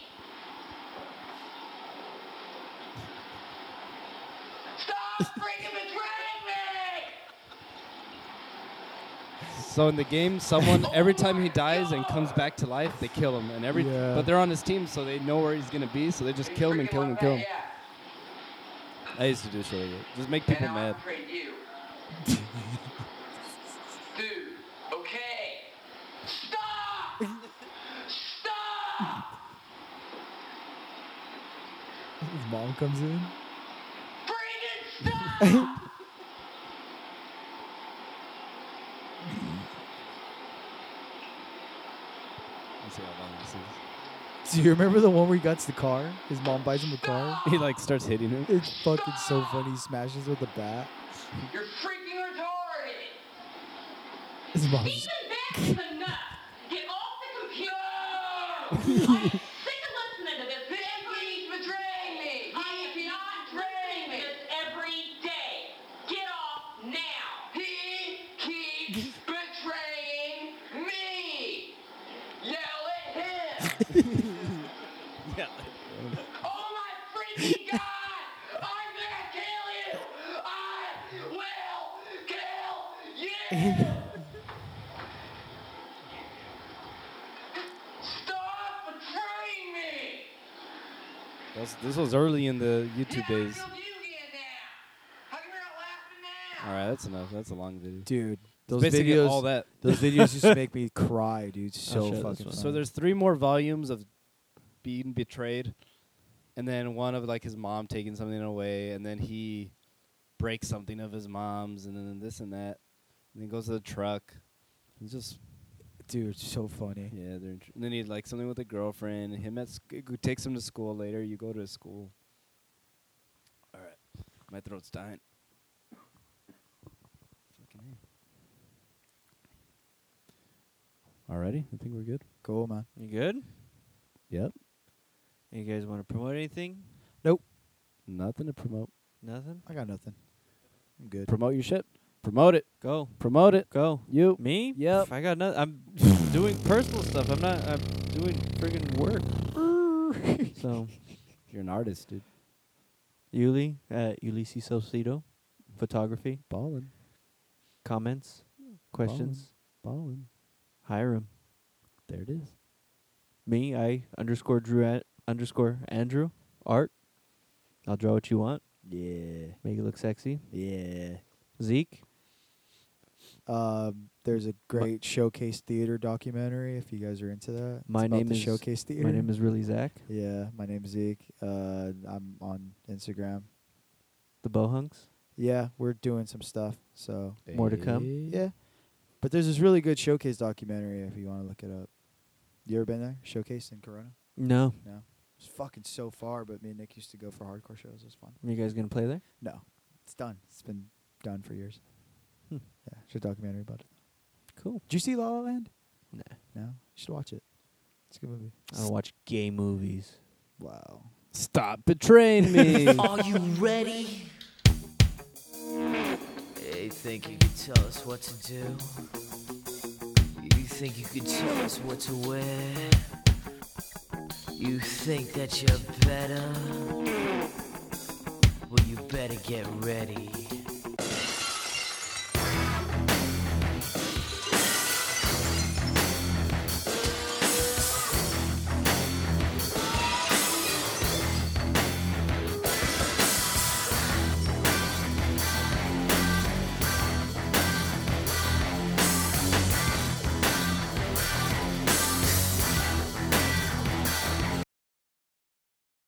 K: Stop freaking betraying me!
B: So in the game, someone every time he dies and comes back to life, they kill him. And every
C: Yeah.
B: but they're on his team, so they know where he's gonna be, so they just kill him and kill him and kill him. I used to do shit like that. Just make people
K: and I'll
B: mad.
K: trade you. Dude, okay. Stop! Stop!
C: His mom comes in.
K: Freaking stop!
B: Let's see how long this is.
C: Do you remember the one where he gets the car? His mom buys him a car.
B: He like starts hitting him.
C: It's fucking so funny. He smashes with the bat.
K: You're freaking retarded!
C: His mom's
K: Even that's enough! Get off the computer! I'm sick of listening to this. Everybody's betraying me! I am not betraying me! This every day! Get off now! He keeps betraying me! Yell at him! Oh my freaking god! I'm gonna kill you! I will kill you! Stop betraying me!
B: That's, this was early in the YouTube days.
K: Yeah, I killed you again now! How come you're not laughing now?
B: All right, that's enough. That's a long video.
C: dude. Those
B: Basically,
C: videos,
B: all that. Oh,
C: those videos used to make me cry, dude.
A: I'll
C: So
A: show this
C: fucking.
A: one.
B: So
C: funny.
B: there's three more volumes of being betrayed, and then one of like his mom taking something away, and then he breaks something of his mom's, and then this and that, and then goes to the truck. It's just
C: dude, so funny.
B: yeah, they're intr- and then he had, like something with a girlfriend. Him at sc- who takes him to school later. You go to his school. All right, my throat's dying. Fucking A. Alrighty, I think we're good.
C: Cool, man.
A: You good?
B: Yep,
A: You guys want to promote anything?
B: nothing to promote.
A: Nothing.
C: I got nothing. I'm good.
B: Promote your shit. Promote it.
A: Go.
B: Promote it.
A: Go.
B: You.
A: Me?
B: Yep.
A: Pff, I got nothing. I'm doing personal stuff. I'm not. I'm doing friggin' work. so,
B: You're an artist, dude.
A: Yuli at Ulysses Salcedo, photography.
B: Ballin'.
A: Comments, questions.
B: Ballin'.
A: Hiram.
B: There it is.
A: Me, I underscore Drew at underscore Andrew art. I'll draw what you want.
C: Yeah.
A: Make it look sexy.
C: Yeah.
A: Zeke.
C: Uh, there's a great showcase theater documentary if you guys are into that. It's
A: My
C: about
A: name
C: the
A: is
C: showcase theater.
A: My name is really Zach.
C: yeah. My name's Zeke. Uh, I'm on Instagram.
A: The Bohunks.
C: Yeah, we're doing some stuff. So
A: More to come.
C: yeah, but there's this really good showcase documentary if you want to look it up. You ever been there? Showcase in Corona?
A: No.
C: No. It's fucking so far, but me and Nick used to go for hardcore shows. It was fun.
A: You guys gonna play there?
C: No, it's done. It's been done for years.
A: Hmm.
C: Yeah, it's a documentary about it.
A: Cool.
C: Did you see La La Land?
A: Nah.
C: No, you should watch it. It's a good movie.
A: I don't watch gay movies.
C: Wow.
B: Stop betraying me.
L: Are you ready? You think you could tell us what to do? You think you could tell us what to wear? You think that you're better? Well, you better get ready.